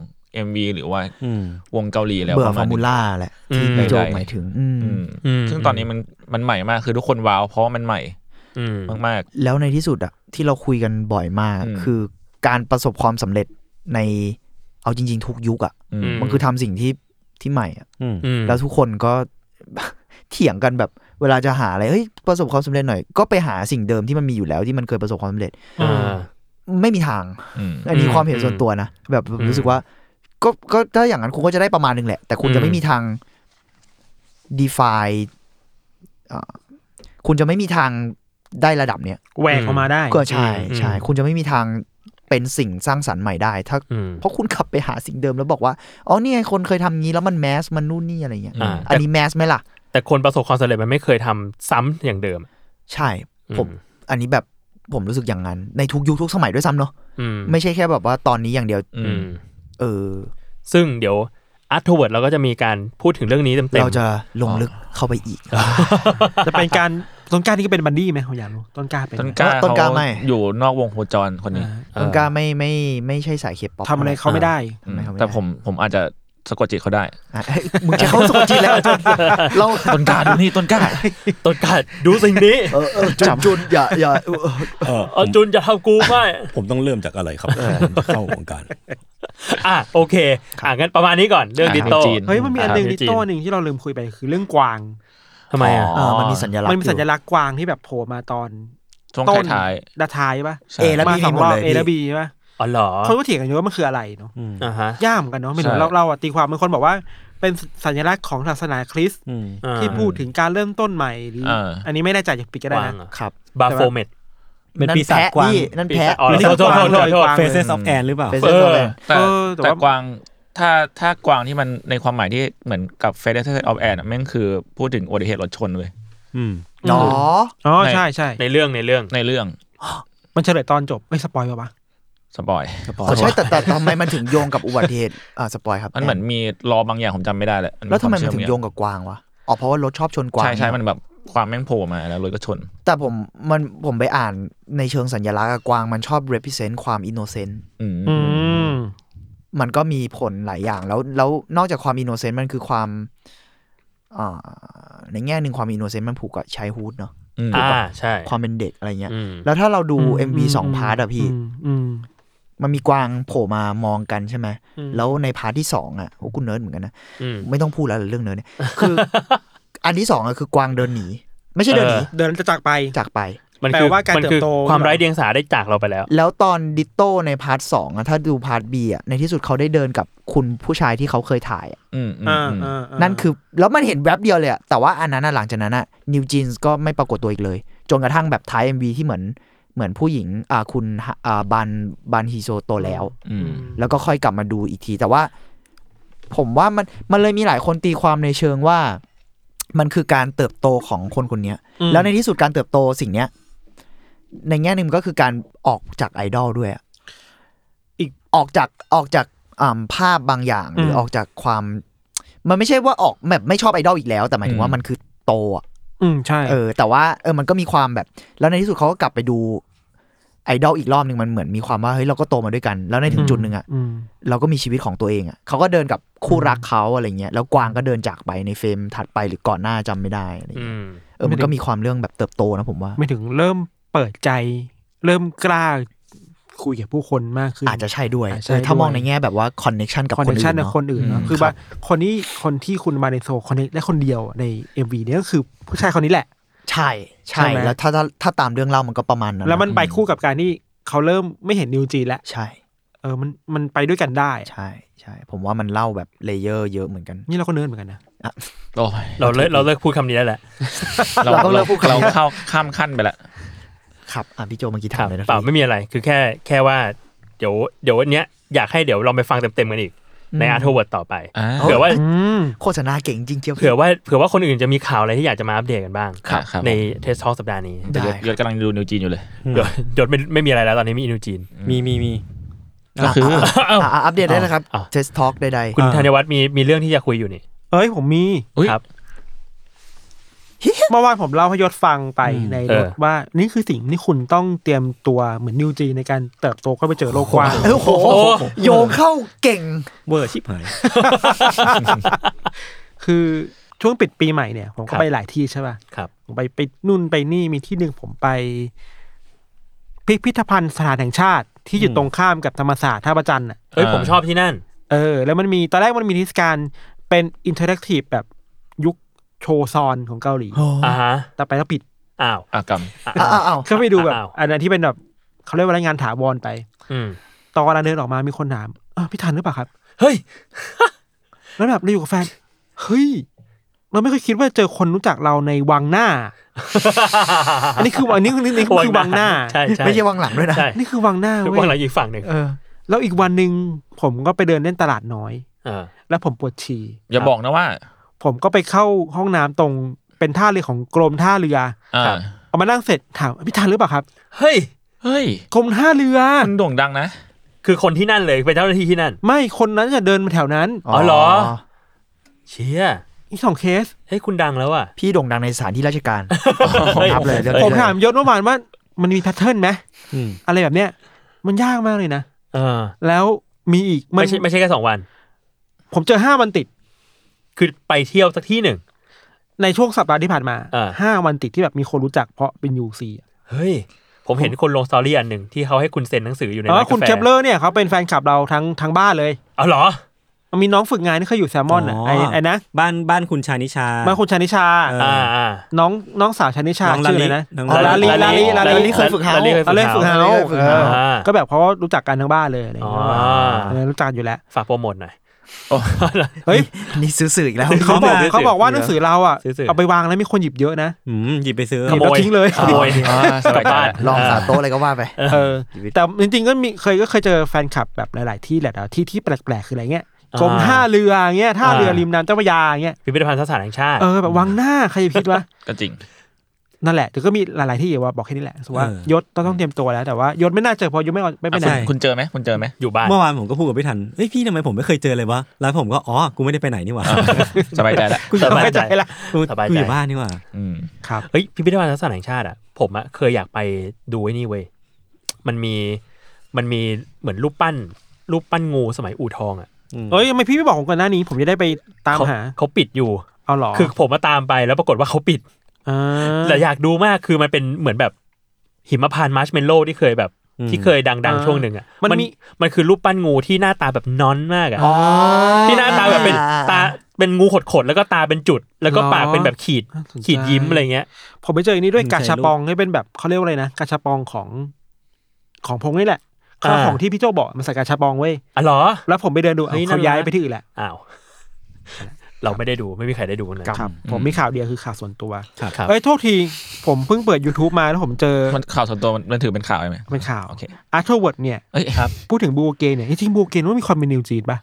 [SPEAKER 5] MV หรือว่า
[SPEAKER 2] อืม
[SPEAKER 5] วงเกาหลีแล้ว
[SPEAKER 6] เบื่อ
[SPEAKER 5] ประ
[SPEAKER 6] ฟอ
[SPEAKER 5] มาณ
[SPEAKER 6] ร์มู
[SPEAKER 5] นี้
[SPEAKER 6] ล่าแหละ
[SPEAKER 4] อื
[SPEAKER 6] ที่
[SPEAKER 4] ม
[SPEAKER 6] พี่โจ
[SPEAKER 5] ใดๆ
[SPEAKER 6] หมายถึง อืม
[SPEAKER 5] อืม
[SPEAKER 4] อืม
[SPEAKER 5] ซึ่งตอนนี้มันมันใหม่มากคือทุกคนว้าวเพราะว่ามันใหม่
[SPEAKER 4] อืม
[SPEAKER 5] มาก
[SPEAKER 6] แล้วในที่สุดอะที่เราคุยกันบ่อยมาก
[SPEAKER 5] อืม
[SPEAKER 6] คือการประสบความสำเร็จในเอาจริง ๆ ทุกยุคอะ
[SPEAKER 5] ๆอืม
[SPEAKER 4] ม
[SPEAKER 6] มันคือทำสิ่งที่ที่ใหม่อะ
[SPEAKER 2] อืม
[SPEAKER 4] อืม
[SPEAKER 6] แล้วทุกคนก็ เถียงกันแบบเวลาจะหาอะไรเฮ้ยประสบความสำเร็จหน่อย ก็ไปหาสิ่งเดิมที่มันมีอยู่แล้วที่มันเคยประสบความสำเร็จ
[SPEAKER 4] อ่า
[SPEAKER 6] ไม่มีทาง
[SPEAKER 5] อืม
[SPEAKER 6] อันนี้
[SPEAKER 4] อืม
[SPEAKER 6] ความเห็นส่วนตัวนะ แบบ
[SPEAKER 4] อืม
[SPEAKER 6] รู้สึกว่า ก็ก็ถ้าอย่างนั้นคุณก็จะได้ประมาณหนึงแหละ แต่คุณ
[SPEAKER 4] อืม
[SPEAKER 6] จะไม่มีทาง define อ่าคุณจะไม่มีทางได้ระดับเนี้ย
[SPEAKER 3] แหวกออกมาได้
[SPEAKER 6] ก็ใช่
[SPEAKER 4] อืม
[SPEAKER 6] ใช่ คุณจะไม่มีทางเป็นสิ่งสร้างสรรค์ใหม่ได้ ถ้า
[SPEAKER 4] อืม
[SPEAKER 6] เพราะคุณขับไปหาสิ่งเดิมแล้วบอกว่า อ๋อนี่ไงคนเคยทำงี้แล้วมันแมสมันนู่นนี่อะไรเงี้ย
[SPEAKER 4] อ่า
[SPEAKER 6] อันนี้แมสไหมล่ะ
[SPEAKER 4] แต่คนประสบความสำเร็จมันไม่เคยทำซ้ำอย่างเดิม
[SPEAKER 6] ใช่ผม
[SPEAKER 4] อืม
[SPEAKER 6] อันนี้แบบผมรู้สึกอย่างนั้น ในทุกยุคทุกสมัยด้วยซ้ำเนาะ
[SPEAKER 4] อืม
[SPEAKER 6] ไม่ใช่แค่แบบว่าตอนนี้อย่างเดียว
[SPEAKER 5] อื
[SPEAKER 4] อื
[SPEAKER 5] ม
[SPEAKER 4] ม
[SPEAKER 6] เออ
[SPEAKER 4] ซึ่งเดี๋ยวอาร์ทเวิร์ดเราก็จะมีการพูดถึงเรื่องนี้เต็มๆ
[SPEAKER 6] เราจะลงลึกเข้าไปอีก
[SPEAKER 3] จะเป็นการต้นกล้านี่ก็เป็นบันดี้ไหมผมอยากรู้ต้นกล้าเป็น
[SPEAKER 5] ต้น
[SPEAKER 3] ไหม
[SPEAKER 5] กล้า
[SPEAKER 6] ต้นกล้า
[SPEAKER 5] เขา
[SPEAKER 6] ไม่
[SPEAKER 5] อยู่นอกวงโคจรคนนี้
[SPEAKER 3] อ่า
[SPEAKER 6] ต้นกล้าไม่ไม่ไม่ใช่สายเคป๊อป
[SPEAKER 3] ทำอะไรเขาไม่ได้
[SPEAKER 5] อืมแต่ผมผมอาจจะ สะกดจิตเขาได้
[SPEAKER 6] อ่ะ เฮ้ยมึงจะเข้าสกุลจีนแล้วจนเรา
[SPEAKER 5] ต้นกล้าดูนี่ต้นกล้า
[SPEAKER 4] ต้นกาด ดูสิ่งนี้
[SPEAKER 6] เออเออจุนจุนอย่าอย่าเออเออ
[SPEAKER 2] เออผ
[SPEAKER 4] เอา
[SPEAKER 2] ม
[SPEAKER 4] จุนจะทำกูไม่
[SPEAKER 2] ผมต้องเริ่มจากอะไรครับผมจะเข้าวงการ
[SPEAKER 4] อ่ะโอเค อ่ะงั้นประมาณนี้ก่อนเรื่อง
[SPEAKER 5] อ่ะ
[SPEAKER 4] ดิโต
[SPEAKER 5] จีน
[SPEAKER 3] เฮ้ยมันมีอันหนึ่ง
[SPEAKER 4] า
[SPEAKER 3] ดิจิตอลหนึ่งที่เราลืมคุยไปคือเรื่องกวาง
[SPEAKER 4] ทำไมอ่ะ
[SPEAKER 6] เออมันมีสัญลักษณ์
[SPEAKER 3] มันมีสัญ
[SPEAKER 6] อยู่
[SPEAKER 3] ลักษณ์กวางที่แบบโผล่มาตอน
[SPEAKER 5] ช่วง
[SPEAKER 3] ต้น
[SPEAKER 5] ท้าย
[SPEAKER 3] ดาทายปะ
[SPEAKER 5] ๆใช่
[SPEAKER 6] เอ และ
[SPEAKER 3] มา
[SPEAKER 6] B
[SPEAKER 3] สองรอบ
[SPEAKER 6] หมดเลย
[SPEAKER 3] เอ
[SPEAKER 6] พี่
[SPEAKER 3] และบีใช่ปะ
[SPEAKER 4] อ๋อเหรอ
[SPEAKER 3] คนก็เถียงกันอยู่ว่ามันคืออะไรเนาะ
[SPEAKER 2] อืม
[SPEAKER 4] อ่าฮะ
[SPEAKER 3] ยากเหมือนกันเนาะไม่รู้
[SPEAKER 5] ใช่
[SPEAKER 3] เราเราอะตีความบางคนบอกว่าเป็นสัญลักษณ์ของศาสนาคริสต์
[SPEAKER 2] อืม
[SPEAKER 4] อ่า
[SPEAKER 3] ที่พูดถึงการเริ่มต้นใหม่หรืออา อันนี้ไม่แน่ใจจะปิดก็ได้
[SPEAKER 4] วาง
[SPEAKER 3] นะ
[SPEAKER 4] เหรอ
[SPEAKER 6] ครับ
[SPEAKER 4] บาโฟเมต
[SPEAKER 2] เป็นปีศาจกวาง
[SPEAKER 6] พี่นั่น
[SPEAKER 4] ปี
[SPEAKER 6] แพ้
[SPEAKER 4] ศาจอ๋อ
[SPEAKER 3] ปี
[SPEAKER 4] โท
[SPEAKER 3] ศาจ
[SPEAKER 4] ษโทษ
[SPEAKER 3] กวาง
[SPEAKER 4] โทษโทษ
[SPEAKER 3] เลย
[SPEAKER 2] Faces of Anne หรือเปล่า
[SPEAKER 6] เป็น
[SPEAKER 4] เอ
[SPEAKER 6] เส้น
[SPEAKER 4] อ
[SPEAKER 6] โซเวน
[SPEAKER 5] แต่
[SPEAKER 3] เออแต่
[SPEAKER 5] แต่
[SPEAKER 3] ว่า
[SPEAKER 5] กวางถ้าถ้ากวางที่มันในความหมายที่เหมือนกับ f e d e r a t e of Air แม่งคือพูดถึงอุบัติเหตุรถชนเลย
[SPEAKER 2] อืม
[SPEAKER 6] อ๋อ
[SPEAKER 3] อ๋อ
[SPEAKER 5] ใน
[SPEAKER 3] ใช่ใช่
[SPEAKER 4] ในเรื่องในเรื่อง
[SPEAKER 5] ในเรื่อง
[SPEAKER 3] มันเฉลยตอนจบไม่สปอยล์ป่ะวะ
[SPEAKER 5] สปอย
[SPEAKER 6] อ๋อใช่แต่แต่แต่ทำไมมันถึงโยงกับอุบัติเหตุอ่าสปอยครับ
[SPEAKER 5] มันเหมือนมีล้อบางอย่างผมจำไม่ได้แหละ
[SPEAKER 6] แล้วทำไมมัน
[SPEAKER 5] คา
[SPEAKER 6] ถึง
[SPEAKER 5] เชื่อ
[SPEAKER 6] โยงกับกวางวะอ๋อเพราะว่ารถชอบชนกวาง
[SPEAKER 5] ใช่ใช่มันแบบความแม่งโผล่มาแล้วรถก็ชน
[SPEAKER 6] แต่ผมมันผมไปอ่านในเชิงสัญลักษณ์อะกวางมันชอบ represent ความ innocent
[SPEAKER 5] อืม
[SPEAKER 3] อืม
[SPEAKER 6] มันก็มีผลหลายอย่างแล้วแล้วนอกจากความอินโนเซนต์มันคือความอ่าในแง่หนึ่งความอินโนเซนต์มันผูกกับชายฮูดเนาะ
[SPEAKER 5] อืม
[SPEAKER 4] อ่าใช่
[SPEAKER 6] ความเป็นเด็กอะไรเงี้ย
[SPEAKER 4] อืม
[SPEAKER 6] แล้วถ้าเราดู
[SPEAKER 3] อืม
[SPEAKER 6] MV สองพาร์ทอะพี่
[SPEAKER 3] อืมอืม
[SPEAKER 6] มันมีกวางโผล่มามองกันใช่ไหม
[SPEAKER 3] อืม
[SPEAKER 6] แล้วในพาร์ทที่สองอะโอ้คุณเนิร์ดเหมือนกันนะ
[SPEAKER 4] อืม
[SPEAKER 6] ไม่ต้องพูดแล้วเรื่องเนิร์ดเนี่ย คือ อันที่สองอะคือกวางเดินหนี ไม่ใช่เดินหนี
[SPEAKER 4] เอ
[SPEAKER 3] เดินจะจากไป
[SPEAKER 6] จากไป
[SPEAKER 4] มัน
[SPEAKER 3] แปล
[SPEAKER 4] คือ
[SPEAKER 3] ว่าการ
[SPEAKER 4] มันคือ
[SPEAKER 3] เติบโต
[SPEAKER 4] ความไร้เดียงสาได้จากเราไปแล้ว
[SPEAKER 6] แล้วตอนดิโต้ในพาร์ทสองอะถ้าดูพาร์ทบีอะในที่สุดเขาได้เดินกับคุณผู้ชายที่เขาเคยถ่ายอะ
[SPEAKER 5] อืมอืม
[SPEAKER 3] อ่า
[SPEAKER 5] อืม
[SPEAKER 3] อ่าา
[SPEAKER 6] นั่นคือ แล้วมันเห็นแวบเดียวเลยอะแต่ว่าอันนั้นอะหลังจากนั้นอะนิวจีนส์ก็ไม่ปรากฏตัวอีกเลย จนกระทั่งแบบท้าย MV ที่เหมือนเหมือนผู้หญิงอ่าคุณฮะอ่าบันบันฮีโซโตแล้ว
[SPEAKER 5] อืม
[SPEAKER 6] แล้วก็ค่อยกลับมาดูอีกที แต่ว่า ผมว่ามันมันเลยมีหลายคนตีความในเชิงว่า มันคือการเติบโตของคนคนเนี้ย
[SPEAKER 3] อืม
[SPEAKER 6] แล้วในที่สุดการเติบโตสิ่งเนี้ย ในแง่หนึ่งมันก็คือการออกจากไอดอลด้วยอะอีกออกจากออกจากอ่าภาพบางอย่าง หรืออ
[SPEAKER 3] ม
[SPEAKER 6] ออกจากความ มันไม่ใช่ว่าออกแบบไม่ชอบไอดอลอีกแล้ว แต่หมายถึงว่า
[SPEAKER 5] อืม
[SPEAKER 6] มันคือโตอะ
[SPEAKER 3] อืมใช่
[SPEAKER 6] เออ แต่ว่าเออมันก็มีความแบบ แล้วในที่สุดเขาก็กลับไปดูไอดอลอีกรอบหนึ่งมันเหมือนมีความว่าเฮ้ยเราก็โตมาด้วยกัน แล้วในถึงจุดหนึ่งอะ
[SPEAKER 3] อืม
[SPEAKER 6] เราก็มีชีวิตของตัวเองอ่ะเขาก็เดินกับคู่รักเขาอะไรเงี้ย แล้วกวางก็เดินจากไปในเฟรมถัดไปหรือก่อนหน้าจำไม่ได้อะไร
[SPEAKER 4] อื
[SPEAKER 6] เงี้ย
[SPEAKER 4] ม
[SPEAKER 6] เออมันก็มีความเรื่องแบบเติบโตนะผมว่า
[SPEAKER 3] ไม่ถึงเริ่มเปิดใจ เริ่มกล้าคุยกับผู้คนมากขึ้น
[SPEAKER 6] อาจจะใช่ด้วย
[SPEAKER 3] อาจจะใช่
[SPEAKER 6] เออถ้ามอง
[SPEAKER 3] ด้วย
[SPEAKER 6] ในแง่แบบว่าคอนเน็ชันกับ
[SPEAKER 3] คอน
[SPEAKER 6] ค
[SPEAKER 3] เนค
[SPEAKER 6] นอื่
[SPEAKER 3] ชั่น
[SPEAKER 6] น
[SPEAKER 3] กับ
[SPEAKER 6] เนาะ
[SPEAKER 3] คนอื่น
[SPEAKER 5] อื
[SPEAKER 3] เนาะ
[SPEAKER 5] ม
[SPEAKER 3] คือว่าคนที่คนที่คุณมาในโซคอนเนคได้คนเดียวในเอ็มวีเนี่ยก็คือผู้ชายคนนี้แหละ
[SPEAKER 6] ใช่ใช่
[SPEAKER 3] ใช่ไหม
[SPEAKER 6] แล้วถ้าถ้าถ้าตามเรื่องเล่ามันก็ประมาณนั้น
[SPEAKER 3] แล้วมันไปคู่กับการที่เขาเริ่มไม่เห็นนิวจีนแล้ว
[SPEAKER 6] ใช่
[SPEAKER 3] เออมันมันไปด้วยกันได้อะ
[SPEAKER 6] ใช่ใช่ ผมว่ามันเล่าแบบเลเยอร์เยอะเหมือนกัน
[SPEAKER 3] นี่เราก็เนิร์ดเหมือนกันนะ
[SPEAKER 5] โอ้ย
[SPEAKER 4] เราเลิกเราเลิกพูดคำนี้ได้แหละ
[SPEAKER 5] เรา
[SPEAKER 6] เราต้องเลิ
[SPEAKER 5] เรา
[SPEAKER 6] กพูดคำนี้
[SPEAKER 5] เราเข้าข้ามขั้นไปละ
[SPEAKER 6] ครับอ่ะพี่โจเมื่อกี้
[SPEAKER 4] ครั
[SPEAKER 6] ถา
[SPEAKER 4] บ
[SPEAKER 6] มเลยนะ
[SPEAKER 4] เปล่าไม่มีอะไรคือแค่แค่ว่าเดี๋ยวเดี๋ยววันเนี้ยอยากให้เดี๋ยวลองไปฟังเต็มๆกันอีก ในอาร์ทเวิร์ดต่อไป
[SPEAKER 5] อ่า
[SPEAKER 4] เผื่อว่า
[SPEAKER 3] อืม
[SPEAKER 6] โฆษณาเก่งจริงเชียว
[SPEAKER 4] เผื่อว่าเผื่อว่าคนอื่นจะมีข่าวอะไรที่อยากจะมาอัปเดตกันบ้าง
[SPEAKER 5] ครับครับ
[SPEAKER 4] ในเทสทอลสัปดาห์นี้
[SPEAKER 6] ได้
[SPEAKER 5] เดี๋ยวยศกำลังดูนิวจีนอยู่เลย
[SPEAKER 4] เดี๋ยวเดี๋ยวไม่ไม่มีอะไรแล้วตอนนี้มีอินูจีน
[SPEAKER 2] มีมีมี
[SPEAKER 5] ก็คือ
[SPEAKER 6] อ่ะอ่ะอัปเดตได้นะครับ
[SPEAKER 4] อ่ะ
[SPEAKER 6] เทสท็อกใด
[SPEAKER 4] คุณ
[SPEAKER 2] อ่า
[SPEAKER 4] ธัญวัฒน์มีมีเรื่องที่จะคุยอยู่นี่
[SPEAKER 3] เอ้ยผมมี
[SPEAKER 5] อุ๊ย
[SPEAKER 4] ครับ
[SPEAKER 3] เมื่อวานผมเล่าให้ยศฟังไป
[SPEAKER 2] อืม
[SPEAKER 3] ใน
[SPEAKER 4] เอ
[SPEAKER 3] ร
[SPEAKER 4] อ
[SPEAKER 3] ถว่านี่คือสิ่งที่คุณต้องเตรียมตัวเหมือนนิวจีนในการเติบโตเข้าไปเจอโลกกว้าง
[SPEAKER 6] ๆเออโอ้โหโยงเข้าเก่ง
[SPEAKER 2] เวอร์ชิบหาย
[SPEAKER 3] คือช่วงปิดปีใหม่เนี่ย ผม
[SPEAKER 4] ครั
[SPEAKER 3] ก็
[SPEAKER 4] บ
[SPEAKER 3] ไปหลายที่ใช่ป่ะ
[SPEAKER 4] ครับ
[SPEAKER 3] ผมไปไปนู่นไปนี่มีที่หนึ่งผมไป พิพิธภัณฑ์สถานแห่งชาติที่อยู่ตรงข้ามกับธรรมศาสตร์ท่าประจันทร์น่ะ
[SPEAKER 4] เฮ้ย
[SPEAKER 5] อ่า
[SPEAKER 4] ผมชอบที่นั่น
[SPEAKER 3] เออ แล้วมันมีตอนแรกมันมีนิทรรศการเป็นอินเทอร์แอคทีฟแบบยุคโชซอนของเกาหลี
[SPEAKER 4] อ่าฮะ
[SPEAKER 3] แต่ไปแล้วปิด
[SPEAKER 4] อ้าว
[SPEAKER 5] อากรรม
[SPEAKER 4] อ่ะ
[SPEAKER 6] อ้าวอ้าว
[SPEAKER 3] ก็ไปดูแบบ
[SPEAKER 4] อ้าว
[SPEAKER 3] อันนั้นที่เป็นแบบเขาเรียกว่ารายงานถาวรไป
[SPEAKER 4] อืม
[SPEAKER 3] ตอนกำลังเดินออกมามีคนถามอ้าวพี่ทันหรือเปล่าครับ
[SPEAKER 4] เฮ้ย
[SPEAKER 3] แล้วแบบเราอยู่กับแฟน เฮ้ย เราไม่เคยคิดว่าเจอคนรู้จักเราในวังหน้า อันนี้คืออันนี้คือนี่นี่คือวังหน้า
[SPEAKER 4] ใช่ใช่
[SPEAKER 6] ไม่ใช่วางหลังด้วยนะ
[SPEAKER 4] ใช่
[SPEAKER 3] นี่คือวังหน้า
[SPEAKER 4] คือ
[SPEAKER 3] เว้
[SPEAKER 4] วางหลั
[SPEAKER 3] ย
[SPEAKER 4] งอีกฝั่งหนึ่ง
[SPEAKER 3] เออ แล้วอีกวันหนึ่งผมก็ไปเดินเล่นตลาดน้อย
[SPEAKER 4] อ่า
[SPEAKER 3] แล้วผมปวดฉี่
[SPEAKER 5] อย่าบอกนะว่า
[SPEAKER 3] ผมก็ไปเข้าห้องน้ำตรงเป็นท่าเรือของกรมท่าเรือ
[SPEAKER 5] อ่า
[SPEAKER 3] เอามานั่งเสร็จถามพี่ทันหรือเปล่าครับ
[SPEAKER 4] เฮ้ย
[SPEAKER 5] เฮ้ย
[SPEAKER 3] กรมท่าเรือ
[SPEAKER 5] มันโด่งดังนะ
[SPEAKER 4] คือคนที่นั่นเลยเป็นเจ้าหน้าที่ที่นั่น
[SPEAKER 3] ไม่คนนั้นจะเดินมาแถวนั้น
[SPEAKER 4] อ๋อเหรอ เชีย
[SPEAKER 3] อีกสองเคส
[SPEAKER 4] เฮ้ยคุณดังแล้วอ่ะ
[SPEAKER 6] พี่โด่งดังในสถานที่ราชการ
[SPEAKER 4] เฮ้ย
[SPEAKER 6] ครับเลยเรื่อง
[SPEAKER 3] ผม
[SPEAKER 6] นี้เลย
[SPEAKER 3] ถามยศเมื่อวานว่ามันมีแพทเทิร์นไหม
[SPEAKER 2] อืม
[SPEAKER 3] อะไรแบบเนี้ย มันยากมากเลยนะ
[SPEAKER 4] เออ
[SPEAKER 3] แล้วมีอีกน
[SPEAKER 4] ไม่ใช่ไม่ใช่แค่สองวัน
[SPEAKER 3] ผมเจอห้าวันติด
[SPEAKER 4] คือไปเที่ยวสักที่หนึ่ง
[SPEAKER 3] ในช่วงสัปดาห์ที่ผ่านมา
[SPEAKER 4] อ่า
[SPEAKER 3] ห้าวันติดที่แบบมีคนรู้จักเพราะเป็นยูซี
[SPEAKER 4] เฮ้ย ผมเห็นคนลงสตอรี่อันหนึ่งที่เขาให้คุณเซ็นหนังสืออยู่ใน
[SPEAKER 3] แล้ว
[SPEAKER 4] ร้า
[SPEAKER 3] ก็
[SPEAKER 4] น
[SPEAKER 3] คุณ
[SPEAKER 4] กาแฟ
[SPEAKER 3] เคปเลอร์เนี่ยเขาเป็นแฟนคลับเราทั้งทั้งบ้านเลย
[SPEAKER 4] เอาเหรอ
[SPEAKER 3] มันมีน้องฝึกงานที่เคยอยู่แซลมอนอ่ะไอ้ไอ้นะ
[SPEAKER 2] บ้านบ้านคุณชานิชา
[SPEAKER 3] มาคุณชานิชา
[SPEAKER 2] เอ
[SPEAKER 4] อ่าอ่า
[SPEAKER 3] น้องน้องสาวชานิชา
[SPEAKER 2] น้องลาลิ
[SPEAKER 3] ชื่ออะไรนะ
[SPEAKER 2] น้อง
[SPEAKER 3] อ๋อลาลีลาลีลา
[SPEAKER 6] ลา
[SPEAKER 3] ลี
[SPEAKER 6] ลีเคยฝึกเฮา
[SPEAKER 4] ลาลีเคย
[SPEAKER 3] ลาลีฝึกเฮา
[SPEAKER 6] ลาลีเคยฝึกเฮา
[SPEAKER 3] เออก็แบบเพราะว่ารู้จักกันทั้งบ้านเลยอะไรอย่างเงี้ย
[SPEAKER 4] อ๋อ
[SPEAKER 3] เออรู้จักอยู่แล้ว
[SPEAKER 4] ฝากโปรโมทหน่อย
[SPEAKER 3] เฮ้ย
[SPEAKER 6] นี่ซื้อสื่ออีกแล้ว
[SPEAKER 3] เขาบอก
[SPEAKER 2] ซื้อ
[SPEAKER 3] เขาบอกว่าหนังสือเราอ่ะ
[SPEAKER 4] ซื้อสื่อ
[SPEAKER 3] เอาไปวางแล้วมีคนหยิบเยอะนะ
[SPEAKER 2] อืมหยิบไปซื้อ
[SPEAKER 3] ขโมย ทิ้งเลย
[SPEAKER 4] ขโมย
[SPEAKER 5] อ่าส
[SPEAKER 4] กลับ
[SPEAKER 5] บายใจ
[SPEAKER 4] บ้าน
[SPEAKER 6] ลองสาโต้อะไรก็ว่าไป
[SPEAKER 3] เออ แต่จริงๆก็มีเคยก็เคยเจอแฟนคลับแบบหลาย ๆ ที่แหละแต่ที่ที่แปลกๆคืออะไรเงี้ยกรมท่าเรือเงี้ยท่าเรือริมน้ำเจ้าพระยาเงี้ย
[SPEAKER 4] พิพิธภัณฑ์สถานแห่งชาติ
[SPEAKER 3] เออแบบวางหน้าใครจะคิดว่า
[SPEAKER 5] ก็จริง
[SPEAKER 3] นั่นแหละแต่ก็มีหลาย ๆ ที่ว่าบอกแค่นี้แหละรู้สึกว่า
[SPEAKER 2] เออย
[SPEAKER 3] ศต้องต้องเตรียมตัวแล้วแต่ว่ายศไม่น่าเจอเพราะยศไม่เอาไม่ไปไหน
[SPEAKER 2] ใช่
[SPEAKER 5] คุณเจอไหมคุณเจอไหม
[SPEAKER 4] อยู่บ้าน
[SPEAKER 2] เมื่อวานผมก็พูดกับพี่ทันเฮ้ยพี่ทำไมผมไม่เคยเจอเลยวะแล้วผมก็อ๋อกูไม่ได้ไปไหนนี่หว่า
[SPEAKER 5] สบายใจแล้ว
[SPEAKER 2] กูอยู่
[SPEAKER 4] สบายใจ
[SPEAKER 2] บ้นละกู
[SPEAKER 4] สบายใจ
[SPEAKER 2] กูอยู่บ้านนี่หว่า
[SPEAKER 5] อืม
[SPEAKER 3] ครับ
[SPEAKER 4] เฮ้ยพิพิธภัณฑ์สถานแห่งชาติอ่ะผมอะเคยอยากไปดูไอ้นี่เว้ยมันมีมันมีเหมือนรูปปั้น รูปปั้นงูสมัยอู่ทองอ่ะ
[SPEAKER 3] เอ้ยทำไมพี่ไม่บอกผมก่อนหน้านี้ ผมจะได้ไปตาม
[SPEAKER 4] เขา
[SPEAKER 3] หา
[SPEAKER 4] เขาปิดอยู่
[SPEAKER 3] เอาเหรอ
[SPEAKER 4] คือผมมาตามไปแล้วปรากฏว่าเขาปิด
[SPEAKER 3] อ่า
[SPEAKER 4] แต่อยากดูมากคือมันเป็นเหมือนแบบหิมพานต์มาร์ชเมลโล่ที่เคยแบบ
[SPEAKER 2] อืม
[SPEAKER 4] ที่เคยดัง
[SPEAKER 3] อ่า
[SPEAKER 4] ๆช่วงหนึ่งอ่ะ
[SPEAKER 3] มันมี
[SPEAKER 4] มันคือรูปปั้นงูที่หน้าตาแบบนอนมากอ่ะ
[SPEAKER 3] อ๋อ
[SPEAKER 4] ที่หน้าตาแบบเป็น
[SPEAKER 6] อ่า
[SPEAKER 4] ตาเป็นงูขดๆแล้วก็ตาเป็นจุด แล้วก็
[SPEAKER 3] หรอ
[SPEAKER 4] ปากเป็นแบบขีด
[SPEAKER 3] น่าสนใจ
[SPEAKER 4] ขีดยิ้มอะไรเงี้ย
[SPEAKER 3] ผมไปเจออันนี้ด้วย
[SPEAKER 2] มี
[SPEAKER 3] กาชา
[SPEAKER 2] ใครรู้
[SPEAKER 3] ปองที่เป็นแบบเขาเรียกว่าอะไรนะกาชาปองของของพงนี่แหละเขาเอา
[SPEAKER 4] อ่า
[SPEAKER 3] ของที่พี่โจบอกมันใส่กาชาปองเว้ย
[SPEAKER 4] อ๋อเหรอ
[SPEAKER 3] แล้วผมไปเดินดู
[SPEAKER 4] เฮ้ย
[SPEAKER 3] เอาเขา
[SPEAKER 4] น่า
[SPEAKER 3] ย้าย
[SPEAKER 4] รัก
[SPEAKER 3] ไปที่อื่นแหละ
[SPEAKER 4] อ้าว เราไม่ได้ดูไม่มีใครได้ดูนะ
[SPEAKER 3] ค
[SPEAKER 4] ค
[SPEAKER 3] รั
[SPEAKER 4] รั
[SPEAKER 3] บบ ผมมีข่าวเดียวคือข่าวส่วนตัว
[SPEAKER 4] ครับ
[SPEAKER 3] เอ้ยโทษทีผมเพิ่งเปิด YouTube มาแล้วผมเจอ
[SPEAKER 5] มันข่าวส่วนตัวมันมันถือเป็นข่าวไหม
[SPEAKER 3] เป็นข่าว
[SPEAKER 5] โอเค
[SPEAKER 3] อาร์เทอร์เวิร์ดเนี่ย
[SPEAKER 5] เอ้ยครับ
[SPEAKER 3] พูดถึงบูโอเกนเนี่ยจริงๆบูโอเกนมันมีความเป็นนิวจีนปะ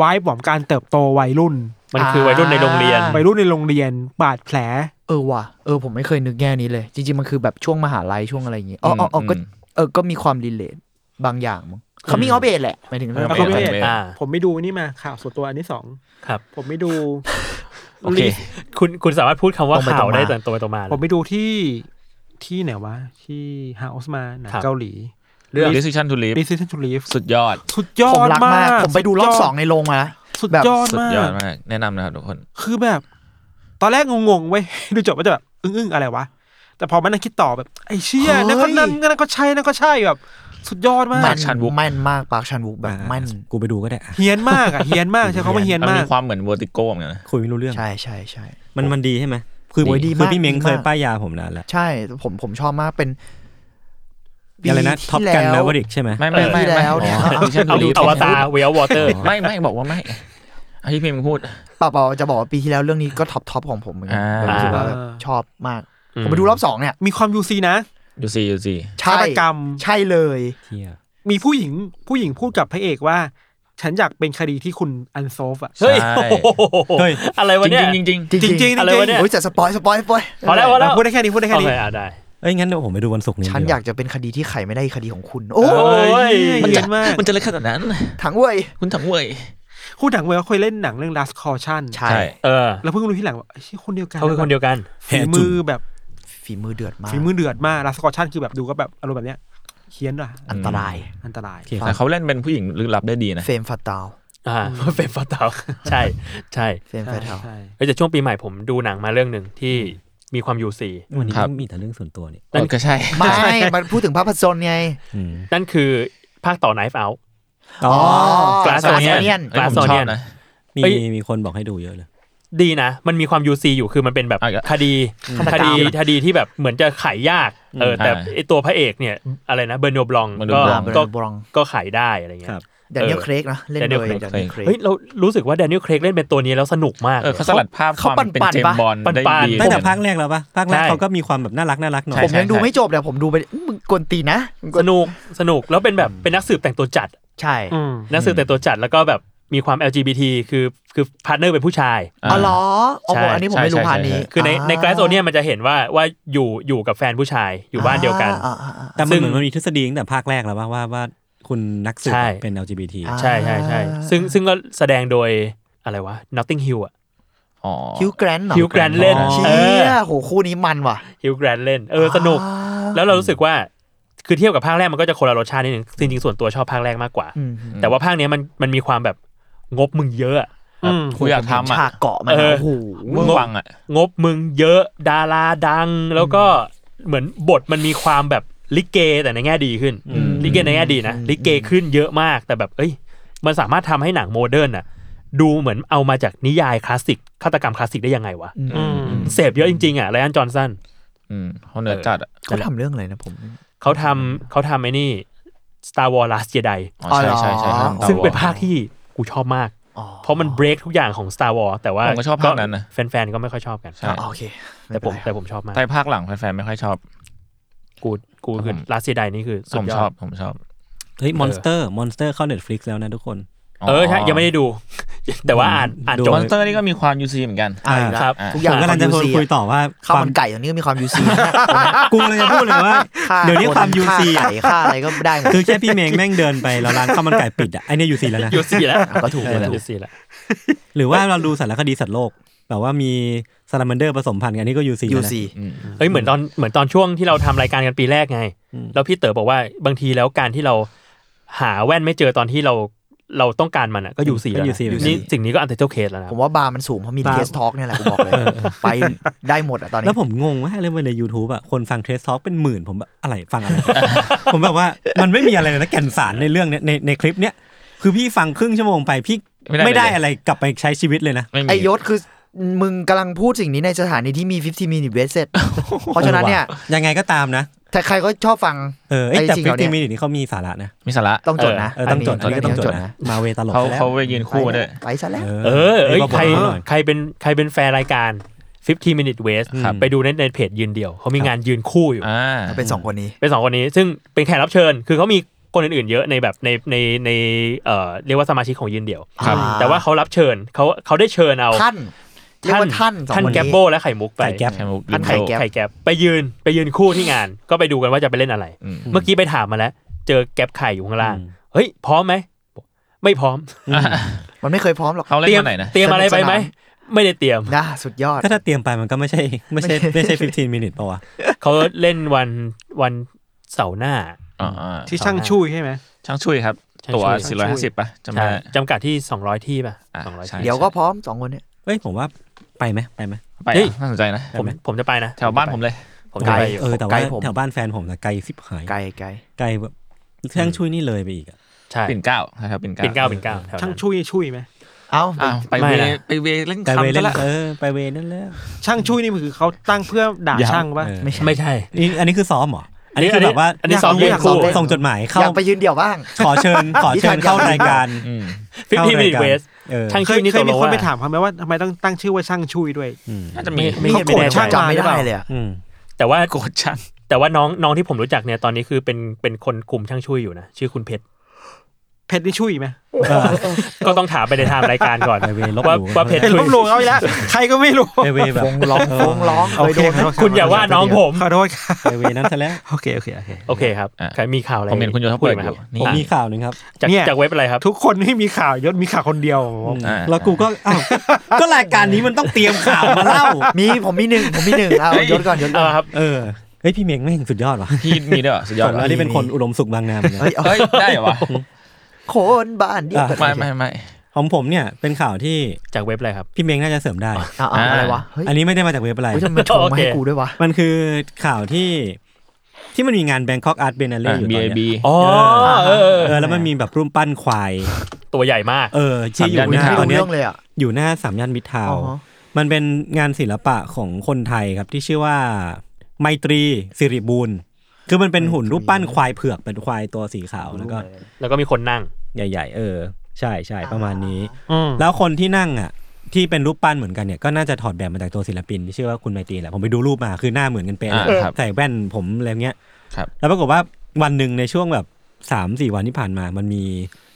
[SPEAKER 3] วายของการเติบโตวัยรุ่น
[SPEAKER 4] มันคือวัยรุ่นในโรงเรียน
[SPEAKER 3] วัยรุ่นในโรงเรียนบาดแผล
[SPEAKER 6] เออว่ะเออผมไม่เคยนึกแง่นี้เลย จริงๆ มันคือแบบช่วงมหาลัยช่วงอะไรอย่างงี้อ๋ออ๋ออ๋อก็
[SPEAKER 5] อืม
[SPEAKER 6] เออก็มีความรีเลทบางอย่างมั้งเขามีออฟเอแหละหมายถึงเรื่อง
[SPEAKER 3] เออ Coming of Age
[SPEAKER 4] อ่า
[SPEAKER 3] ผมไม่ดูนี่มาข่าวส่วนตัวอันที่สอง
[SPEAKER 4] ครับ
[SPEAKER 3] ผมไม่ดู
[SPEAKER 5] โอเค
[SPEAKER 4] คุณคุณสามารถพูดคำว่า
[SPEAKER 6] ตรงไป
[SPEAKER 4] ข่าว
[SPEAKER 6] ตรงมา
[SPEAKER 4] ได้ตรงตัวตรงมาเลย
[SPEAKER 3] ผมไปดูที่ที่ไหนวะ ที่ฮา u s สมาหนัง
[SPEAKER 4] ครับ
[SPEAKER 3] เกาหลี
[SPEAKER 5] เรื่อง decision to leave
[SPEAKER 3] Decision to Leave
[SPEAKER 5] สุดยอด
[SPEAKER 3] สุดยอ
[SPEAKER 6] ผม
[SPEAKER 3] ด
[SPEAKER 6] รัก
[SPEAKER 3] มาม
[SPEAKER 6] าก ก ผมไปดูรอบสองในโรงมานะ
[SPEAKER 3] สุด
[SPEAKER 6] แบบ
[SPEAKER 3] ยอด
[SPEAKER 5] สุด
[SPEAKER 3] มาย
[SPEAKER 5] อด
[SPEAKER 3] ก
[SPEAKER 5] มาก แนะนำนะครับทุกคน
[SPEAKER 3] คือแบบ ตอนแรกงงๆเว้ย ดูจบก็จะแบบ อึ้งๆ อะไรวะ แต่พอมันนั่งคิดต่อแบบ ไอ้เชี่ย
[SPEAKER 6] เฮ้ย
[SPEAKER 3] นั่นก็นั่นนั่นก็ใช่นั่นก็ใช่แบบ สุดยอดมาก
[SPEAKER 6] มัน
[SPEAKER 5] ชันวุก
[SPEAKER 6] แม่นมากปาร์คชันวุกแบบแม่น
[SPEAKER 2] กูไปดูก็ได้อะ
[SPEAKER 3] เฮี้ยนมากอ่ะเฮี้ยนมากใช้คำว่าเฮี้ยน
[SPEAKER 5] มัน
[SPEAKER 3] มา
[SPEAKER 5] มี
[SPEAKER 3] ก
[SPEAKER 5] ความเหมือน vertigo เหมือนกันนะ
[SPEAKER 2] คุยไม่รู้เรื่อง
[SPEAKER 6] ใช่ใช่ใช่
[SPEAKER 2] มันมันดีใช่ไหมคือ
[SPEAKER 6] โอ้ยดี
[SPEAKER 2] คื
[SPEAKER 6] มา
[SPEAKER 2] อก พี่เม้ง
[SPEAKER 6] ดีมาก
[SPEAKER 2] เคยป้ายยาผมนานแล้ว
[SPEAKER 6] ใช่ผมผมชอบมากเป็น
[SPEAKER 2] อะไรนะท็อปกันเนอร์วอริกใช่ไหม
[SPEAKER 5] ไม่ไม่ไม่
[SPEAKER 6] ปีที่
[SPEAKER 5] ไม่
[SPEAKER 6] แล้วเนี่ย
[SPEAKER 5] อ๋อ decision
[SPEAKER 4] เอา
[SPEAKER 5] to
[SPEAKER 4] ดู
[SPEAKER 5] leave
[SPEAKER 4] อวตารเวลวอเตอร์
[SPEAKER 5] ไม่ไม่บอกว่าไม่ไอ้ที่พี่มึงพูด
[SPEAKER 6] เปล่าๆจะบอกว่าปีที่แล้วเรื่องนี้ก็ท็อปท็อปของผมเหมือนกัน
[SPEAKER 5] อ่า
[SPEAKER 6] ผมรู้สึกว่าแบบ
[SPEAKER 3] อ่า
[SPEAKER 6] ชอบมาก ผมไปดูรอบสองเนี่ย
[SPEAKER 3] มีความยูซีนะ
[SPEAKER 5] ดูซีดูซี
[SPEAKER 6] ใช่
[SPEAKER 3] ฆาตกรรม
[SPEAKER 6] ใช่เลย
[SPEAKER 3] มีผู้หญิงผู้หญิงพูดกับพระเอกว่า ฉันอยากเป็นคดีที่คุณอันโซฟอ่ะ
[SPEAKER 4] เฮ้ย
[SPEAKER 2] เฮ้ย
[SPEAKER 4] อะไรวะเนี่ย
[SPEAKER 5] จริงๆจริง
[SPEAKER 6] จริ
[SPEAKER 3] จ
[SPEAKER 6] ง
[SPEAKER 3] ริงๆจริงๆ
[SPEAKER 4] อะไรวะเนี่ย
[SPEAKER 6] โอ้ยจะสปอยสปอยสปอย
[SPEAKER 4] พอแล้วพอแล้ว
[SPEAKER 3] เราพูดได้แค่นี้พูดได้แค่
[SPEAKER 4] โอ
[SPEAKER 3] นี้
[SPEAKER 4] เคอ่ะได้
[SPEAKER 2] เอ้ยงั้นเดี๋ยวผมไปดูวันศุกร์นี้
[SPEAKER 6] ฉัน
[SPEAKER 2] ดีว่
[SPEAKER 6] อยากจะเป็นคดีที่ไขไม่ได้คดีของคุณ โอ้
[SPEAKER 4] เออ ย
[SPEAKER 3] มันจัดมาก
[SPEAKER 5] ๆ มันจะเล็กขนาดนั้น
[SPEAKER 6] ถังเว่ย
[SPEAKER 5] คุณถังเว่ย
[SPEAKER 3] คู่หนังเวลเคยเล่นหนังเรื่อง Last Caution
[SPEAKER 6] ใช่
[SPEAKER 4] เออ
[SPEAKER 3] แล้วเพิ่งรู้ที่หลังว่าไอ้เชี่ยคนเดียวกัน
[SPEAKER 4] เขาคือคนเดียวกัน
[SPEAKER 3] ฝีมือแบบ
[SPEAKER 6] ฝีมือเดือดมาก
[SPEAKER 3] ฝีมือเดือดมาก Last Caution คือแบบดูก็แบบอารมณ์แบบเนี้ยเคี้ยนอ่ะ
[SPEAKER 6] อันตราย
[SPEAKER 3] อันตราย
[SPEAKER 5] แต่เขาเล่นเป็นผู้หญิงลึกลับได้ดีนะ
[SPEAKER 6] เฟรมฟาตาล
[SPEAKER 4] อ่าเฟรมฟอตาวใช่ใช่
[SPEAKER 6] เฟรมฟาตาล
[SPEAKER 3] ใช่
[SPEAKER 4] แล้วแต่ช่วงปีใหม่ผมดูหนังมาเรื่องหนึ่งที่มีความยูซี
[SPEAKER 2] วันนี้
[SPEAKER 5] ครับ
[SPEAKER 2] มีแต่เรื่องส่วนตัวนี่
[SPEAKER 4] นั่น
[SPEAKER 5] เออก็ใช่
[SPEAKER 6] ไม่ มันพูดถึงภาพยนตร์ไง
[SPEAKER 2] อืม
[SPEAKER 4] นั่นคือภาคต่อ Knife Out
[SPEAKER 2] อ๋อ
[SPEAKER 4] Glass
[SPEAKER 6] Glass
[SPEAKER 4] Onion
[SPEAKER 6] Onion
[SPEAKER 5] เอ้ยผ
[SPEAKER 4] Glass
[SPEAKER 5] มชอบ
[SPEAKER 4] Onion
[SPEAKER 5] นะ
[SPEAKER 2] มี
[SPEAKER 4] เอ้ย
[SPEAKER 2] มีคนบอกให้ดูเยอะเลย
[SPEAKER 4] ดีนะ มันมีความยูซีอยู่คือมันเป็นแบบ
[SPEAKER 5] อ่ะก็
[SPEAKER 4] คดี
[SPEAKER 6] ฆาต
[SPEAKER 4] ค
[SPEAKER 6] กรร
[SPEAKER 4] ดี
[SPEAKER 6] ม
[SPEAKER 4] คดีที่แบบเหมือนจะขายยากเออแต่
[SPEAKER 5] อ่า
[SPEAKER 4] ไอตัวพระเอกเนี่ยอะไรนะเบอร์โนบลองก็
[SPEAKER 5] Bernard
[SPEAKER 6] อ่า
[SPEAKER 5] Blanc
[SPEAKER 6] เบอ
[SPEAKER 4] ก็
[SPEAKER 6] ร์บรอง
[SPEAKER 4] ก็ขายได้อะไรเงี้
[SPEAKER 2] ครั
[SPEAKER 4] ย
[SPEAKER 2] บ
[SPEAKER 6] เดนเนียล
[SPEAKER 4] เออ
[SPEAKER 6] เครกนะ เล่นโด
[SPEAKER 4] Daniel
[SPEAKER 6] ย
[SPEAKER 4] Craig
[SPEAKER 6] เดนเนียลเครก
[SPEAKER 4] เฮ้ยเรารู้สึกว่าแดเนียลเครกเล่นเป็นตัวนี้แล้วสนุกมาก
[SPEAKER 5] เออเขา
[SPEAKER 4] ย
[SPEAKER 5] สลัดภาพค
[SPEAKER 6] เขา
[SPEAKER 5] วาม
[SPEAKER 6] ปั่น
[SPEAKER 5] เป็น
[SPEAKER 6] ปั่น
[SPEAKER 5] เจม
[SPEAKER 6] ปะ
[SPEAKER 5] บอลได้
[SPEAKER 4] ปั่น
[SPEAKER 5] ดี
[SPEAKER 4] ๆ
[SPEAKER 2] ตั้งแต่
[SPEAKER 5] ผม
[SPEAKER 2] ภาคแรกแล้วปะภาคแรก
[SPEAKER 4] ใช่
[SPEAKER 2] เขาก็มีความแบบน่ารักน่ารักหน่อย
[SPEAKER 5] ใช่
[SPEAKER 6] ผมยังดูไม่จบเลยผมดูไปมึงกวนตีนนะมึงก
[SPEAKER 4] ส
[SPEAKER 6] วน
[SPEAKER 4] นุกสนุกแล้วเป็นแบบเป็นนักสืบแต่งตัวจัด
[SPEAKER 6] ใช่
[SPEAKER 3] อืม
[SPEAKER 4] นักสืบแต่งตัวจัดแล้วก็แบบมีความ LGBT คือคือพาร์ทเนอร์เป็นผู้ชาย
[SPEAKER 6] อ๋อเหรออ๋อผม
[SPEAKER 4] ใช่
[SPEAKER 6] อันนี้ผมไม่รู้
[SPEAKER 5] ใช่
[SPEAKER 6] พานนี้
[SPEAKER 5] ใช่
[SPEAKER 4] คือในในแกลสโอเนี่ยมันจะเห็นว่าว่าอยู่อยู่กับแฟนผู้ชายอยู่บ้านเดียวกัน
[SPEAKER 6] อ่าอ่าอ่า
[SPEAKER 2] แต่
[SPEAKER 4] ซึ่
[SPEAKER 2] มัน
[SPEAKER 4] ง
[SPEAKER 2] เหมือนมันมีทฤษฎีตั้งแต่ภาคแรกแล้วว่าว่าว่าคุณนักสืบ
[SPEAKER 4] ใช่
[SPEAKER 2] เป็น LGBT
[SPEAKER 6] อ่า
[SPEAKER 4] ใช่ใช่ใช่ซึ่งซึ่งก็แสดงโดยอะไรวะ Notting Hill อ่ะ
[SPEAKER 5] อ๋อ
[SPEAKER 6] ฮิวแกรนเหรอ
[SPEAKER 4] Hugh Grant เล่น
[SPEAKER 5] อ๋อ
[SPEAKER 6] เชี่
[SPEAKER 4] เออย
[SPEAKER 6] โหคู่นี้มันว่ะ
[SPEAKER 4] ฮิวแกรนเล่น เออสนุก แล้วเรารู้สึกว่า คือเทียบกับภาคแรกมันก็จะคนละรสชาตินิดนึงจริงๆส่วนตัวชอบภาคแรกมากกว่า
[SPEAKER 6] อืม
[SPEAKER 4] แต่ว่าภาคเนี้ยมันมันมีความแบบงบมึงเยอะอะ
[SPEAKER 3] อืม
[SPEAKER 5] กูอยากทำอ่ะ
[SPEAKER 6] ฉากเกาะมัน
[SPEAKER 4] เออ
[SPEAKER 6] โอ้โห
[SPEAKER 5] เวอร์วังอ่ะ
[SPEAKER 4] งบมึงเยอะดาราดัง แล้วก็เหมือนบทมันมีความแบบลิเกแต่ในแง่ดีขึ้นลิเกในแง่ดีนะลิเกขึ้นเยอะมากแต่แบบเอ้ย มันสามารถทำให้หนังโมเดิร์นอะดูเหมือนเอามาจากนิยายคลาสสิกฆาตกรรมคลาสสิกได้ยังไงวะ
[SPEAKER 3] อืม
[SPEAKER 4] เสพเยอะจริงๆอะไลออนจอห์นสัน
[SPEAKER 5] อืมเขาเนื้อจัดอ่ะ
[SPEAKER 6] เขาทำเรื่องอะไรนะผม
[SPEAKER 4] เขาทำเขาทำไอ้นี่ Star Wars Last Jedi
[SPEAKER 5] อ๋อใช่ใช่ใช่
[SPEAKER 6] อ๋อ
[SPEAKER 5] ใช่ทำตม
[SPEAKER 4] ซึ่งเป็นภาคที่กูชอบมาก
[SPEAKER 6] อ๋อ
[SPEAKER 4] เพราะมัน break ทุกอย่างของ Star Wars แต่ว่า
[SPEAKER 5] ผมก็ชอบภาคนั้นนะ
[SPEAKER 4] แฟนๆ ก็ไม่ค่อยชอบกัน
[SPEAKER 5] ใช่
[SPEAKER 6] อ๋อโอเค
[SPEAKER 4] แต่ผมแต่ผมชอบมาก
[SPEAKER 5] ใต้ภาคหลังแฟนๆไม่ค่อยชอบ
[SPEAKER 4] กูกูคือ
[SPEAKER 5] ผม
[SPEAKER 4] Last Jedi นี่คือสุ
[SPEAKER 5] ผ
[SPEAKER 4] ด
[SPEAKER 5] ม
[SPEAKER 4] ย
[SPEAKER 5] ชอ
[SPEAKER 4] อบ ด
[SPEAKER 5] ผมชอบ
[SPEAKER 2] เฮ้ยมอนสเตอร์มอนสเตอร์เข้า Netflix แล้วนะทุกคน
[SPEAKER 4] เออใช่ยังไม่ได้ดู แต่ว่าอ่านอ่านจบ
[SPEAKER 5] มอนสเตอร์นี่ก็มีความ UC เหมือนกัน
[SPEAKER 6] อ่าอีกแล้ว
[SPEAKER 4] ครับ
[SPEAKER 6] ทุกอย่าง
[SPEAKER 2] ผมกำลังจะ
[SPEAKER 6] ความ UC
[SPEAKER 2] คุยต่อว่า
[SPEAKER 6] ข้าว
[SPEAKER 2] ควา
[SPEAKER 6] มั
[SPEAKER 2] ม
[SPEAKER 6] นไก่ตอนนี้ก็มีความยูซี
[SPEAKER 2] กูกำลังจะพูดเลยว่า เดี๋ยวนี้ความ UC
[SPEAKER 6] ไก่ค่าอะไรก็ได้หมด
[SPEAKER 2] คือแค่พี่เมงแม่งเดินไปแล้วร้านข้าวมันไก่ปิดอ่ะไอเนี่ยยูซีแล้วนะ
[SPEAKER 4] ยูซีแล้ว
[SPEAKER 6] ก็ถูก
[SPEAKER 4] เอ
[SPEAKER 6] เล
[SPEAKER 4] อ
[SPEAKER 6] ยนะ
[SPEAKER 4] ยูซีแล้ว
[SPEAKER 2] หรือว่าเราดูสารคดีสัตว์โลก แบบว่ามีซาลาแมนเดอร์ผสมพันธุ์กันนี่ก็ยูซี
[SPEAKER 6] ยูซี
[SPEAKER 4] เอ้ยเหมือนตอนเหมือนตอนช่วงที่เราทำรายการกันปีแรกไง แล้วพี่เต๋อบอกว่าบางทีแล้วการที่เราหาแว่นไม่เจอตอนที่เราเราต้องการมันอะก็ยูซีแล้ว
[SPEAKER 2] ยู
[SPEAKER 4] นะ
[SPEAKER 2] ซี
[SPEAKER 4] นี่สิ่งนี้ก็อันเทอร์เคสแล้วนะ
[SPEAKER 6] ผมว่าบาร์มันสูงเพราะมีเทสทอล์กเนี่ยแหละกูบอกเลย ไปได้หมดอ่ะตอนนี้
[SPEAKER 2] แล้วผมงงมากเลยว่าใน YouTube อ่ะคนฟังเทสท็อกเป็นหมื่นผมแบบอะไรฟังอะไร ผมแบบว่ามันไม่มีอะไรเลยนะแก่นสารในเรื่องเนี้ยในในคลิปเนี้ยคือพี่ฟังครึ่งชั่วโมงไปพี่
[SPEAKER 5] ไม่
[SPEAKER 2] ไม่
[SPEAKER 5] ได้
[SPEAKER 2] ได้
[SPEAKER 5] เลย
[SPEAKER 2] อะไรกลับไปใช้ชีวิตเลยนะ
[SPEAKER 5] ไม่มี
[SPEAKER 6] ไอยศคือมึงกำลังพูดสิ่งนี้ในสถานีที่มี 50 minute w a s t e เพราะฉะนั้นเนี่ย
[SPEAKER 2] ยังไงก็ตามนะ
[SPEAKER 6] ถ้าใครก็ชอบฟัง
[SPEAKER 2] เออเอ้ย
[SPEAKER 6] ไอ้
[SPEAKER 2] แต่
[SPEAKER 6] จริง
[SPEAKER 2] ฟิ
[SPEAKER 6] เหร
[SPEAKER 2] ฟ
[SPEAKER 6] อเนี่
[SPEAKER 2] ตี้
[SPEAKER 6] ย
[SPEAKER 2] มินินี่เขามีสาระนะ
[SPEAKER 5] มีสาระ
[SPEAKER 6] ต้องจดนะ
[SPEAKER 2] เออต้องจดอัน
[SPEAKER 6] น
[SPEAKER 2] นี้
[SPEAKER 6] นี้
[SPEAKER 2] ก็ต้องจด
[SPEAKER 6] น
[SPEAKER 2] นะ มาเวตลก
[SPEAKER 5] เขา
[SPEAKER 2] ไปแล้ว
[SPEAKER 5] เขาไปยืนคู่กันด้วย
[SPEAKER 6] ไปซะแล้ว
[SPEAKER 4] เออเอ้ย
[SPEAKER 2] ก็บก
[SPEAKER 4] ใคร
[SPEAKER 2] ขาหน่อย
[SPEAKER 4] ใครเป็นใครเป็นแฟนรายการ 15 minute waste
[SPEAKER 5] ครับ
[SPEAKER 4] ไปดูในในเพจยืนเดียวเขามีงานยืนคู่อยู่
[SPEAKER 5] อ่า
[SPEAKER 6] เป็นสองคนนี้
[SPEAKER 4] เป็นสองคนนี้ซึ่งเป็นแขกรับเชิญ คือเขามีคนอื่นๆเยอะในแบบในในในเอ่อเรียกว่าสมาชิกของยืนเดี่ยว
[SPEAKER 5] ครับ
[SPEAKER 6] อ่า
[SPEAKER 4] แต่ว่าเขารับเชิญเขาเขาได้เชิญเอา
[SPEAKER 6] ท่านเรียกว่าท่านสอง
[SPEAKER 4] ท่าน
[SPEAKER 6] คน
[SPEAKER 4] แกป
[SPEAKER 6] นี้
[SPEAKER 4] โบและไข่มุกไป
[SPEAKER 2] ไข่แก๊ป
[SPEAKER 5] แคมู
[SPEAKER 6] อันไข่แก๊ป
[SPEAKER 4] ไข่แกปไปยืนไปยืนคู่ที่งาน ก็ไปดูกันว่าจะไปเล่นอะไร
[SPEAKER 5] อืม
[SPEAKER 4] เมื่อกี้ไปถามมาแล้ว เจอแกปไข่อยู่ข้างล่าง เฮ้ย พร้อมไหมบอกไม่พร้อม
[SPEAKER 6] มันไม่เคยพร้อมหรอก
[SPEAKER 5] เขาเล่นวันไหนนะ
[SPEAKER 4] เตรียมอะไรไปไหม
[SPEAKER 6] สนุกสน
[SPEAKER 4] ไม่ได้เตรียม
[SPEAKER 6] นะสุดยอด
[SPEAKER 2] ถ้าถ้าเตรียมไปมันก็ไม่ใช่ ไม่ใช่
[SPEAKER 6] ไม่
[SPEAKER 2] ไม่
[SPEAKER 6] ใช่
[SPEAKER 2] ใช่ 15 minute ป่าวะ
[SPEAKER 4] เขาเล่นวันวันเสาร์หน้า
[SPEAKER 5] อ๋ออ่า
[SPEAKER 3] ที่ช่างช่วยใช่ไหม
[SPEAKER 5] ช่างช่วยครับ
[SPEAKER 4] ช่าง
[SPEAKER 5] ตัว
[SPEAKER 4] ช่วย
[SPEAKER 5] 450ป่ะจำ
[SPEAKER 4] ใช่
[SPEAKER 5] ได้
[SPEAKER 4] จำกัดที่ 200 ที่ป่ะ
[SPEAKER 5] อ่า
[SPEAKER 4] สองร้อย
[SPEAKER 5] ใช่
[SPEAKER 4] ที่
[SPEAKER 6] เดี๋ยวก็พร้อมสองคนเนี่ย
[SPEAKER 2] เอ้ยผมว่าไปไหมไปไหม
[SPEAKER 5] ไปอ่ะน่าสนใจนะ
[SPEAKER 4] ผมผมจะไปนะ
[SPEAKER 5] แถวบ้านผมเลย
[SPEAKER 4] ผมจะไปอยู่
[SPEAKER 2] เออแต่
[SPEAKER 6] ไกล
[SPEAKER 2] ว่า
[SPEAKER 6] ผม
[SPEAKER 2] แถวบ้านแฟนผมนะไกลสิบหาย
[SPEAKER 6] ไกลไกล
[SPEAKER 2] ไกลแบบเครื่องช่วยนี่เลยไปอีกอะ
[SPEAKER 4] ใช่
[SPEAKER 5] ปิ่นเกล้าแถวๆปิ่นเกล้า
[SPEAKER 4] ปิ่นเกล้าปิ่นเกล้าแถวนั้น
[SPEAKER 3] ช่างช่วยช่วยไหม
[SPEAKER 6] เอ้า
[SPEAKER 5] อ้าวไป
[SPEAKER 4] ไม่
[SPEAKER 5] เว
[SPEAKER 4] นะ
[SPEAKER 5] ไปเวเล่น
[SPEAKER 2] ไกลเว
[SPEAKER 5] คำ
[SPEAKER 2] เล่
[SPEAKER 5] ซะ
[SPEAKER 2] น
[SPEAKER 5] ละ
[SPEAKER 2] เออไปเวนั่นแหละ
[SPEAKER 3] ช่างช่วยนี่มันคือเขาตั้งเพื่อด่า
[SPEAKER 5] อย่า
[SPEAKER 3] ช่างปะ
[SPEAKER 2] เออ
[SPEAKER 6] ไม่ใช่
[SPEAKER 4] ไม่ใช่
[SPEAKER 2] นี่อันนี้คือซ้อมเหรออันนี้
[SPEAKER 4] อั
[SPEAKER 2] คื
[SPEAKER 4] น
[SPEAKER 2] อ
[SPEAKER 4] นี้
[SPEAKER 2] แบบว่า
[SPEAKER 4] อันนี้ซ้อม
[SPEAKER 2] ยากรู้
[SPEAKER 4] เล่น
[SPEAKER 2] ส่งจดหมายเข้า
[SPEAKER 6] อยากไปยืนเดี่ยวบ้าง
[SPEAKER 2] ขอเชิญขอเชิญ
[SPEAKER 6] นิทาน
[SPEAKER 2] เข้ารายการ
[SPEAKER 5] อืม
[SPEAKER 4] ฟิฟ
[SPEAKER 2] ข้า
[SPEAKER 4] ทีมิ
[SPEAKER 2] ราย
[SPEAKER 4] นิ
[SPEAKER 2] การ
[SPEAKER 4] เวส
[SPEAKER 2] เออ
[SPEAKER 4] ช่าง
[SPEAKER 3] เคยเคยมีคนไปถามเขาไหมว่าทำไมต้องตั้งชื่อว่าช่างช่วยด้วย
[SPEAKER 2] อืม
[SPEAKER 5] น่าจะมี
[SPEAKER 4] ไม่
[SPEAKER 6] เขา
[SPEAKER 4] ไม่
[SPEAKER 6] โกรธ
[SPEAKER 4] แน่ใจ
[SPEAKER 6] ช่างจำไม่ได้เลยอะ
[SPEAKER 2] อืม
[SPEAKER 4] แต่ว่า
[SPEAKER 5] โกรธช่าง
[SPEAKER 4] แต่ว่าน้องน้องที่ผมรู้จักเนี่ยตอนนี้คือเป็นเป็นคนกลุ่มช่างช่วยอยู่นะ ชื่อคุณเพชร
[SPEAKER 3] เพชรนี่ช่วยไหม
[SPEAKER 2] เออ
[SPEAKER 4] ก็ต้องถามไปในทางรายการก่อน
[SPEAKER 2] ไปเวรลบหลู่
[SPEAKER 4] ว่าว่าเพชร
[SPEAKER 3] เห็นล
[SPEAKER 4] ช่วย
[SPEAKER 3] บหลู่เขาอีกแล้วใครก็ไม่รู้
[SPEAKER 2] ไปเวแบบ
[SPEAKER 6] ฟ้องร้องฟ้องร้องเคยโดนไหม
[SPEAKER 4] คุณอย่าว่าน้องผม
[SPEAKER 3] ขอโทษครับ
[SPEAKER 2] ไปเวนั้นซะแล้ว
[SPEAKER 3] โอเคโอเคโอเค
[SPEAKER 4] โอเคครับใครมีข่าวอะไร
[SPEAKER 5] ผมเห็นคุณโยทับ
[SPEAKER 4] พู
[SPEAKER 5] เปิด
[SPEAKER 4] ไหม
[SPEAKER 5] อ
[SPEAKER 4] ครับ
[SPEAKER 5] ยู่
[SPEAKER 2] ผมมี
[SPEAKER 5] นี่
[SPEAKER 2] ข่าวหนึ่งครับ
[SPEAKER 4] จาก
[SPEAKER 3] เนี่ย
[SPEAKER 4] จากเว็บอะไรครับ
[SPEAKER 3] ทุกคนที่มีข่าวยศมีข่าวคนเดียว
[SPEAKER 2] อืม
[SPEAKER 5] อ่า
[SPEAKER 2] แล้วกูก็อ้าวก็รายการนี้มันต้องเตรียมข่าวมาเล่า
[SPEAKER 6] มีผมมีหนึ่งผมมีหนึ่งเอายศก่อนยศก่อน
[SPEAKER 4] เอาครับ
[SPEAKER 2] เออเฮ้ยพี่เมงแม่งสุดยอดว่ะ
[SPEAKER 5] พี่มีด้วยเหรอสุดยอ
[SPEAKER 2] ผม
[SPEAKER 5] ดเหรอ
[SPEAKER 2] ว่านี่เป็นคนอุดมสุขบางนาเหมือนกัน
[SPEAKER 6] เฮ้ยเอา
[SPEAKER 5] เฮ้ยได้เหรอวะ
[SPEAKER 6] คนบ้านเดียวกัน
[SPEAKER 5] ไม่ไม่ไม่
[SPEAKER 2] ของผมเนี่ยเป็นข่าวที่
[SPEAKER 4] จากเว็บอะไรครับ
[SPEAKER 2] พี่เมงน่าจะเสริมได้
[SPEAKER 6] เอาเอาอะไรวะเฮ้ย
[SPEAKER 2] อันนี้ไม่ได้มาจากเว็บอะไร
[SPEAKER 6] เฮ้ยทำไมชงมาให้กูด้วยวะ
[SPEAKER 2] มันคือข่าวที่ที่มันมีงาน Bangkok Art Biennale อยู่ตอน
[SPEAKER 5] B A
[SPEAKER 2] เนี้
[SPEAKER 5] B
[SPEAKER 2] ย
[SPEAKER 4] อ๋อเออเออ
[SPEAKER 2] เออแล้วมันมีแบบรูปปั้นควาย
[SPEAKER 4] ตัวใหญ่มาก
[SPEAKER 2] เออที่อยู่
[SPEAKER 5] สาม
[SPEAKER 2] ห
[SPEAKER 5] ย่า
[SPEAKER 2] น้าน
[SPEAKER 5] มิตร
[SPEAKER 2] ต
[SPEAKER 5] ทาวน์
[SPEAKER 2] อนเนี้ย
[SPEAKER 6] เรื่องเลยอ่ะ
[SPEAKER 2] อยู่หน้าสามย่านมิตรทาวน์
[SPEAKER 6] อ๋อฮะ
[SPEAKER 2] มันเป็นงานศิลปะของคนไทยครับที่ชื่อว่าไมตรีสิริบูรณ์คือมันเป็นหุ่นรูปปั้นควายเผือกเป็นควายตัวสีขาวแล้วก็
[SPEAKER 4] แล้วก็มีคนนั่ง
[SPEAKER 2] ใหญ่ ๆ เออ ใช่ใช่ประมาณนี้
[SPEAKER 3] อืม
[SPEAKER 2] แล้วคนที่นั่งอ่ะ ที่เป็นรูปปั้นเหมือนกันเนี่ยก็น่าจะถอดแบบมาจากตัวศิลปินที่ชื่อว่าคุณไมตรีแหละผมไปดูรูปมาคือหน้าเหมือนกันเป๊ะเลย
[SPEAKER 5] อ่าครับ
[SPEAKER 2] ใส่แว่นผมอะไรเงี้ย
[SPEAKER 5] ครับ
[SPEAKER 2] แล้วปรากฏว่าวันหนึ่งในช่วงแบบสามสี่วันที่ผ่านมา มันมี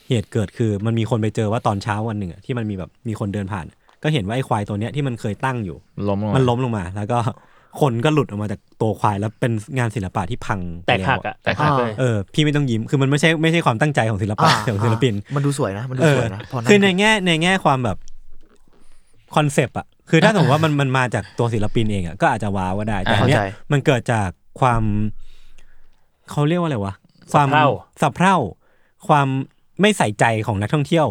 [SPEAKER 2] เหตุเกิดคือ มันมีคนไปเจอว่าตอนเช้าวันหนึ่งอะที่มันมีแบบมีคนเดินผ่าน ก็เห็นว่าไอ้ควายตัวเนี้ยที่มันเคยตั้งอยู่
[SPEAKER 5] ล้มลงา
[SPEAKER 2] มันล้มลงมา แล้วก็คนก็หลุดออกมาจากตัวควายแล้วเป็นงานศิลปะที่พัง
[SPEAKER 4] แตกหัก
[SPEAKER 2] ไปล้ว
[SPEAKER 4] อ่ะ
[SPEAKER 5] แต่ครับ
[SPEAKER 6] อ่า
[SPEAKER 2] เออพี่ไม่ต้องยิ้มคือมันไม่ใช่ไม่ใช่ความตั้งใจของศิลปะของศิลปิน
[SPEAKER 6] มันดูสวยนะมันดู
[SPEAKER 2] เอ
[SPEAKER 6] ส
[SPEAKER 2] อ
[SPEAKER 6] วยนะพอนั่ง
[SPEAKER 2] คือในแง่ในแง่ความแบบคอนเซปต์อะคือถ้าสมมติว่ามันมันมาจากตัวศิลปินเองอะก็อาจจะว้าวก็ได้ แต่อันเนี้ย
[SPEAKER 6] เข้าใจ
[SPEAKER 2] มันเกิดจากความ เขาเรียกว่าอะไรวะความ
[SPEAKER 4] สับเพ่า
[SPEAKER 2] สับเพร่าความไม่ใส่ใจของนักท่องเที่ยว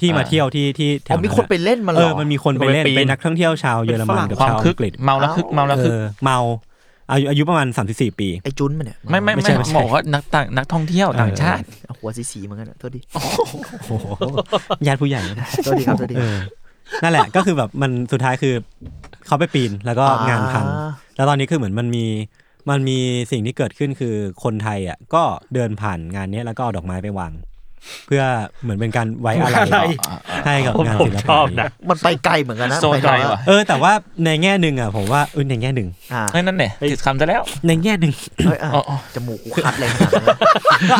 [SPEAKER 2] ที่มา
[SPEAKER 5] อ่า
[SPEAKER 2] เที่ยวที่ที่แถ
[SPEAKER 6] อ๋
[SPEAKER 2] ว
[SPEAKER 6] อ
[SPEAKER 2] นั้น
[SPEAKER 6] มีคนไป
[SPEAKER 2] อะ
[SPEAKER 6] เล่นมาเหร
[SPEAKER 2] เอ
[SPEAKER 6] อ
[SPEAKER 2] อมันมีคนไปเล่น
[SPEAKER 4] ไปปีน
[SPEAKER 2] เป็นนักท่องเที่ยวชาวเยอรมันกับ
[SPEAKER 5] ความ
[SPEAKER 2] ชาว
[SPEAKER 5] คึ
[SPEAKER 2] อั
[SPEAKER 5] ก
[SPEAKER 2] งกฤษ
[SPEAKER 5] เมาแล้วคึกเมาแล้วคึก
[SPEAKER 2] เออเมาอายุอายุประมาณ 34 ปี
[SPEAKER 6] ไอ้จุนมันเนี่ย
[SPEAKER 5] ไม่ไม่
[SPEAKER 2] ไม่
[SPEAKER 5] ไม่
[SPEAKER 2] ใช่ไม่ใช่
[SPEAKER 5] บอกว่านักต่างนักท่องเที่ยวต่างชาติ
[SPEAKER 6] เอาหัวสีๆเหมือนกันอะโทษดี
[SPEAKER 2] โอ้โหญาติผู้ใหญ่
[SPEAKER 6] โทษดีครับโทษดี
[SPEAKER 2] เออนั่นแหละ ก็คือแบบมันสุดท้ายคือเขาไปปีนแล้วก็
[SPEAKER 6] อ่าง
[SPEAKER 2] งานพัง
[SPEAKER 6] อ่า
[SPEAKER 2] แล้วตอนนี้คือเหมือนมันมีมันมีสิ่งที่เกิดขึ้นคือคนไทยอ่ะก็เดินผ่านงานเนี้ยแล้วก็เอาดอกไม้ไปวาง เพื่อเหมือนเป็นการไว้อะไร
[SPEAKER 3] อะไร
[SPEAKER 2] ให้กับ
[SPEAKER 4] ผม
[SPEAKER 2] งาน
[SPEAKER 4] ผม
[SPEAKER 2] ศิล
[SPEAKER 4] ชอบ
[SPEAKER 2] ปะนี้
[SPEAKER 4] นะ
[SPEAKER 6] มันไปไกลเหมือนกันนะ
[SPEAKER 5] โซน
[SPEAKER 6] ห
[SPEAKER 5] ไห
[SPEAKER 6] มาน ยถึง
[SPEAKER 5] วะ
[SPEAKER 2] เออ แต่ว่าในแง่หนึ่งอ่ะผมว่าเอ้ยในแง่หนึ่ง
[SPEAKER 6] อ่า
[SPEAKER 5] เฮ้ยนั่นเนี่ยติดคำซะแล้ว
[SPEAKER 2] ในแง่หนึ่ง
[SPEAKER 6] เฮ้ยอ่ะ
[SPEAKER 5] อ๋ออ๋อ
[SPEAKER 6] จมูกกูคัดเลยขนาดนั้นเลย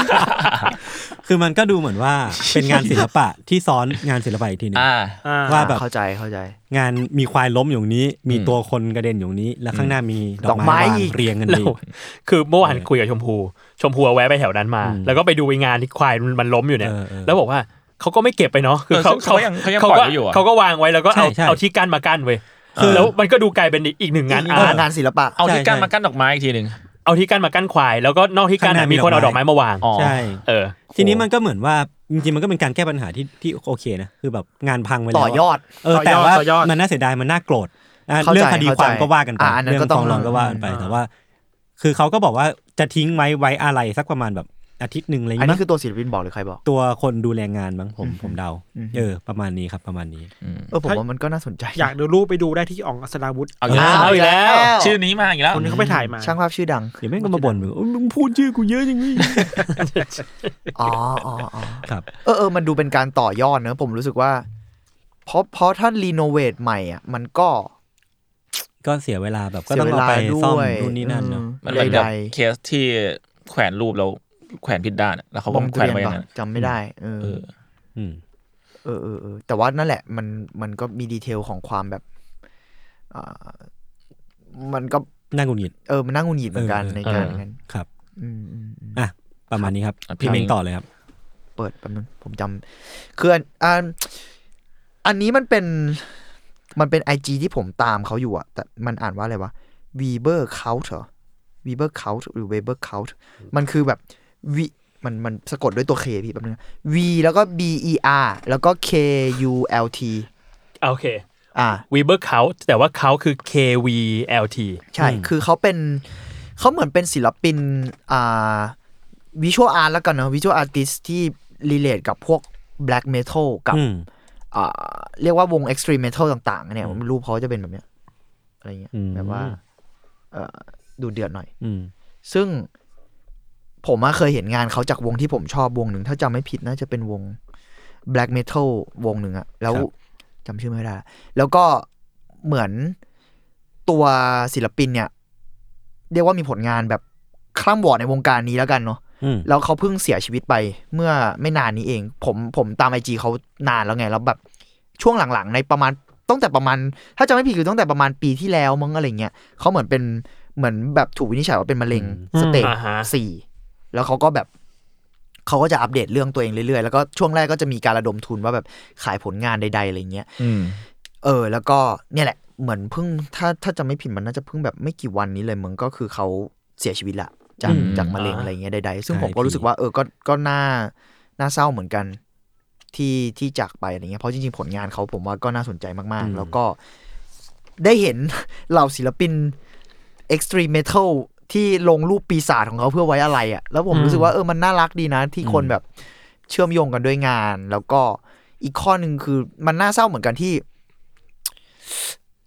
[SPEAKER 2] คือมันก็ดูเหมือนว่าเป็นงานศิล ปะที่ซ้อนงานศิลปะอีกทีหนึง
[SPEAKER 5] อ่า
[SPEAKER 2] ว่าแบบ
[SPEAKER 6] เข้าใจเข้าใจ
[SPEAKER 2] งานมีควายล้มอยู่ตรงนี้ มี
[SPEAKER 5] อืม
[SPEAKER 2] ตัวคนกระเด็นอยู่ตรงนี้ แล้วข้างหน้ามีดอก
[SPEAKER 6] ดอกไม้
[SPEAKER 2] ไม้วาง
[SPEAKER 6] อีก
[SPEAKER 2] เรียงกัน
[SPEAKER 4] แล้ว
[SPEAKER 2] ดี
[SPEAKER 4] คือเมื่อวานคุยกับชมพู ชมพูแวะไปแถวนั้นมา
[SPEAKER 2] อืม
[SPEAKER 4] แล้วก็ไปดูไอ้งานที่ควายมันล้มอยู่เนี่ย
[SPEAKER 2] เออเออ
[SPEAKER 4] แล้วบอกว่าเขาก็ไม่เก็บไปเนาะคือ
[SPEAKER 5] เออ
[SPEAKER 4] เขา
[SPEAKER 5] เขายังเขายังปล่อยไว้อยู่อะ
[SPEAKER 4] เขาก็วางไว้แล้วก็เอา
[SPEAKER 2] ใช่ใช่
[SPEAKER 4] เอาที่กั้นมากั้นเว้ย
[SPEAKER 5] เออ
[SPEAKER 4] แล้วมันก็ดูกลายเป็นอีกหนึ่งงานอาร์ต
[SPEAKER 6] งานศิลปะ
[SPEAKER 5] เอาที่
[SPEAKER 2] ใช่
[SPEAKER 5] กั้น
[SPEAKER 2] ใช่
[SPEAKER 5] มากั้นดอกไม้อีกทีหนึ่ง
[SPEAKER 4] เอาที่กั้นมากั้นควาย แล้วก็นอกที่กั้น
[SPEAKER 2] ข้างห
[SPEAKER 4] อะ
[SPEAKER 2] น้ามี
[SPEAKER 4] มีคนเอา
[SPEAKER 2] ด
[SPEAKER 4] ด
[SPEAKER 2] อ
[SPEAKER 4] อก ก
[SPEAKER 2] ไม้
[SPEAKER 4] ไม้มาวาง
[SPEAKER 5] อ๋อ
[SPEAKER 2] ใช่
[SPEAKER 4] เออ
[SPEAKER 2] ทีนี้มันก็เหมือนว่าจริงๆมันก็เป็นการแก้ปัญหาที่ที่โอเคนะ คือแบบงานพังไปแล้ว
[SPEAKER 6] ต่อยอด
[SPEAKER 2] เออ
[SPEAKER 3] ต่อ
[SPEAKER 2] แต่
[SPEAKER 3] ยอด
[SPEAKER 2] ว่า
[SPEAKER 3] ต่อยอด
[SPEAKER 2] มันน่าเสียดายมันน่าโกรธอ่ะ
[SPEAKER 6] เข้าใจ
[SPEAKER 2] เรื่องคดีความ
[SPEAKER 6] เข้าใจ
[SPEAKER 2] ก็ว่ากันไป
[SPEAKER 6] อ่ะอันนั้น
[SPEAKER 2] เรื่
[SPEAKER 6] ก็
[SPEAKER 2] อง
[SPEAKER 6] ต้อง
[SPEAKER 2] ฟ้องร้องก็ว่ากันไป
[SPEAKER 4] อืม
[SPEAKER 2] แต่ว่า คือเขาก็บอกว่าจะทิ้งไว้ไว้อะไรสักประมาณแบบอาทิตย์หนึ่งอะไรอย่าง
[SPEAKER 6] อัน
[SPEAKER 2] เงี้ย
[SPEAKER 6] นี้
[SPEAKER 2] มั้ง
[SPEAKER 6] คือตัวศิลปินบอกหรือใครบอก
[SPEAKER 2] ตัวคนดูแลงานมั้งผมผมเดา
[SPEAKER 6] อืม
[SPEAKER 2] เออ ประมาณนี้ครับประมาณนี้
[SPEAKER 6] เออผมว่ามันก็น่าสนใจ
[SPEAKER 3] อยากดูรูปไปดูได้ที่อ่องอัศราวุธ
[SPEAKER 5] เอาอีกแล้ว
[SPEAKER 4] เอาอีกแล้ว
[SPEAKER 5] ชื่อนี้มาอีกแล้ว
[SPEAKER 3] คนนี้เขาไปถ่ายมา
[SPEAKER 6] ช่างภาพชื่อดัง
[SPEAKER 2] เดี๋ยวแม่งก็มาบ่นมึงโอ้ยมึงพูดชื่อกูเยอะอย่างนี้
[SPEAKER 6] อ๋ออ๋ออ๋อ
[SPEAKER 2] ครับ
[SPEAKER 6] เออเออมันดูเป็นการต่อยอดเนอะผมรู้สึกว่า เพราะเพราะถ้ารีโนเวทใหม่อ่ะ มันก็
[SPEAKER 2] ก็เสียเวลาแบบก็
[SPEAKER 6] เสีย
[SPEAKER 2] ต้องเอา
[SPEAKER 6] เวลา
[SPEAKER 2] ไป
[SPEAKER 6] ด้
[SPEAKER 2] ซ่อม
[SPEAKER 6] วย
[SPEAKER 2] นู่นนี่นั่นเนาะ
[SPEAKER 6] อื
[SPEAKER 5] มันเหมือน
[SPEAKER 6] ใด
[SPEAKER 5] กับเคสที่แขวนรูปแล้วแขวนผิดด้านอะแล้ว
[SPEAKER 6] ๆ
[SPEAKER 5] เขาก็แขวนไว้อย่างนั้น
[SPEAKER 6] จำไม่ได้เออ
[SPEAKER 5] เออ
[SPEAKER 2] อืม
[SPEAKER 6] เออเออเออแต่ว่านั่นแหละ มันมันก็มีดีเทลของความแบบอ่ามันก็
[SPEAKER 2] น่าหงุดหงิด
[SPEAKER 6] เออมันน่าหงุนหงิดเหมือนกัน
[SPEAKER 2] เออ
[SPEAKER 6] ในการ
[SPEAKER 4] เออ
[SPEAKER 6] นั้น
[SPEAKER 2] ครับ
[SPEAKER 6] อืมอืมอืม
[SPEAKER 2] อ่ะ ประมาณนี้ครับ
[SPEAKER 5] ครับ
[SPEAKER 2] พี่เม้งต่อเลยครับ
[SPEAKER 6] เปิดแป๊บนึงผมจำคืออันอันอันนี้มันเป็นมันเป็นไอจที่ผมตามเขาอยู่อะแต่มันอ่านว่าอะไรวะ v e b e r c o u n t เหรอ v e b e r c o u n t หรือ w e b e r c o u n t มันคือแบบ v มันมันสะกดด้วยตัวเคพี่แป๊บนึงนะ v แล้วก็ b e r แล้วก็ k u l t
[SPEAKER 4] โอเค
[SPEAKER 6] อ่า
[SPEAKER 4] วีเบอร์เขาแต่ว่าเขาคือ KVLT
[SPEAKER 6] ใช่ คือเขาเป็นเขาเหมือนเป็นศิลปินอ่าวิชวลอาร์ตแล้วกันเนอะวิชวลอาร์ติสที่รีเลทกับพวก Black Metal กับ
[SPEAKER 2] อืม
[SPEAKER 6] อ่าเรียกว่าวง Extreme Metal ต่าง ๆ เนี่ยรูปเขาจะเป็นแบบเนี้ยอะไรเงี้ย
[SPEAKER 2] อืม
[SPEAKER 6] แบบว่าเอ่อดูเดือดหน่อย
[SPEAKER 2] อืม
[SPEAKER 6] ซึ่งผมอะเคยเห็นงานเขาจากวงที่ผมชอบวงหนึ่ง ถ้าจำไม่ผิดน่าจะเป็นวง Black Metal วงหนึ่งอะแล้ว
[SPEAKER 2] ครับ
[SPEAKER 6] จำชื่อไม่ได้ละแล้วก็เหมือนตัวศิลปินเนี่ย เรียกว่ามีผลงานแบบคล่ำวอร์ดในวงการนี้แล้วกันเนาะ
[SPEAKER 2] อืม
[SPEAKER 6] แล้วเขาเพิ่งเสียชีวิตไปเมื่อไม่นานนี้เอง ผมผมตามไอจีเขานานแล้วไง แล้วแบบช่วงหลังๆ ในประมาณตั้งแต่ประมาณ ถ้าจำไม่ผิดคือตั้งแต่ประมาณปีที่แล้วมั้งอะไรเงี้ยเขาเหมือนเป็นเหมือนแบบถูกวินิจฉัยว่าเป็นมะเร็ง
[SPEAKER 3] อืม
[SPEAKER 6] สเตจ
[SPEAKER 4] อ่าฮะ
[SPEAKER 6] สี่แล้วเขาก็แบบเขาก็จะอัปเดตเรื่องตัวเองเรื่อยๆ แล้วก็ช่วงแรกก็จะมีการระดมทุนว่าแบบขายผลงานใดๆอะไรเงี้ย
[SPEAKER 5] อืม
[SPEAKER 6] เออ แล้วก็เนี่ยแหละเหมือนเพิ่งถ้าถ้าจะไม่ผิดมันน่าจะเพิ่งแบบไม่กี่วันนี้เลยมึงก็คือเขาเสียชีวิตละจาก
[SPEAKER 5] อืม
[SPEAKER 6] จากมะเร็งอะไรเงี้ยใดๆ ซึ่ง
[SPEAKER 2] ใช่
[SPEAKER 6] ผมก็
[SPEAKER 2] พี่
[SPEAKER 6] รู้สึกว่าเออก็ก็น่าน่าเศร้าเหมือนกันที่ที่จากไปอะไรเงี้ยเพราะจริงๆผลงานเขาผมว่าก็น่าสนใจมากๆ แล้วก็ได้เห็น เหล่าศิลปิน เอ็กซ์ตรีมเมทัลที่ลงรูปปีศาจของเขาเพื่อไว้อะไรอะ่ะ แล้วผมรู้สึกว่าเออมันน่ารักดีนะ ที่คนแบบเชื่อมโยงกันด้วยงาน แล้วก็อีกข้อหนึ่งคือมันน่าเศร้าเหมือนกันที่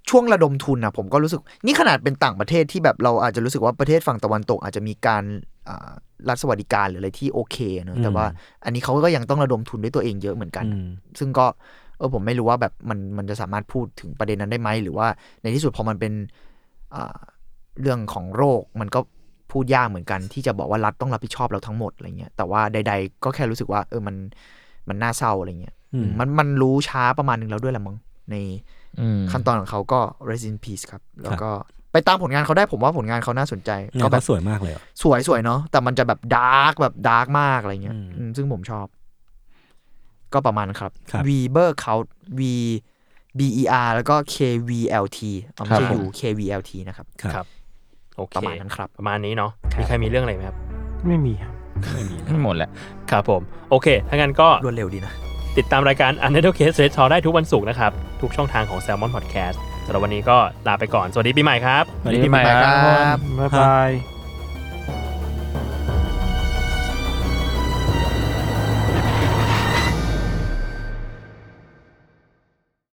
[SPEAKER 6] ช่วงระดมทุนนะผมก็รู้สึก นี่ขนาดเป็นต่างประเทศที่แบบเราอาจจะรู้สึกว่าประเทศฝั่งตะวันตก อาจจะมีการอ่ารัฐสวัสดิการหรืออะไรที่โอเคเนอะแต่ว่าอันนี้เขาก็ยังต้องระดมทุนด้วยตัวเองเยอะเหมือนกัน
[SPEAKER 2] อืม
[SPEAKER 6] ซึ่งก็เออผมไม่รู้ว่าแบบมันมันจะสามารถพูดถึงประเด็นนั้นได้ไหม หรือว่าในที่สุดพอมันเป็นอ่าเรื่องของโรคมันก็พูดยากเหมือนกัน ที่จะบอกว่ารัฐต้องรับผิดชอบเราทั้งหมดอะไรเงี้ยแต่ว่าใด ๆ ก็แค่รู้สึกว่า เออมันมันน่าเศร้าอะไรเงี้ย
[SPEAKER 2] อืม
[SPEAKER 6] มันมันรู้ช้าประมาณหนึงแล้วด้วยแหละมั้งใน
[SPEAKER 5] อืม
[SPEAKER 6] ขั้นตอนของเขาก็ rest in peace ครับ แล้วก็ไปตามผลงานเขาได้ผมว่าผลงานเขาน่าสนใจ
[SPEAKER 2] งา
[SPEAKER 6] ก็
[SPEAKER 2] น
[SPEAKER 6] แบ
[SPEAKER 2] เขา
[SPEAKER 6] บ
[SPEAKER 2] สวยมากเลยอะ
[SPEAKER 6] สวยสวยเนาะแต่มันจะแบบดาร์กแบบดาร์กมากอะไรเงี้ย
[SPEAKER 2] อืม
[SPEAKER 6] อืมซึ่งผมชอบ ก็ประมาณนั้นครับ
[SPEAKER 2] ครับ
[SPEAKER 6] v b e r c o u n t V B E R แล้วก็ K V L T อ๋อไม่ใช่ U K V L T นะครับ
[SPEAKER 2] ครับ
[SPEAKER 4] โอเค
[SPEAKER 6] ประมาณนั้นครับ
[SPEAKER 4] ประมาณนี้เนาะ
[SPEAKER 6] ครับ
[SPEAKER 4] มีใครมีเรื่องอะไรไหมครับ
[SPEAKER 3] ไม่มีครับ
[SPEAKER 5] หมดแหละ
[SPEAKER 4] ครับผม โอเค ถ้างั้นก็
[SPEAKER 7] รวดเร็วดีนะ
[SPEAKER 4] ติดตามรายการ u n d e r t a l Case Red Talk ได้ทุกวันศุกร์นะครับ ทุกช่องทางของ Salmon Podcast สำหรับวันนี้ก็ลาไปก่อน สวัสดีปีใหม่ครับ
[SPEAKER 5] สวัสดีปีใหม่ครับ
[SPEAKER 3] บ๊ายบาย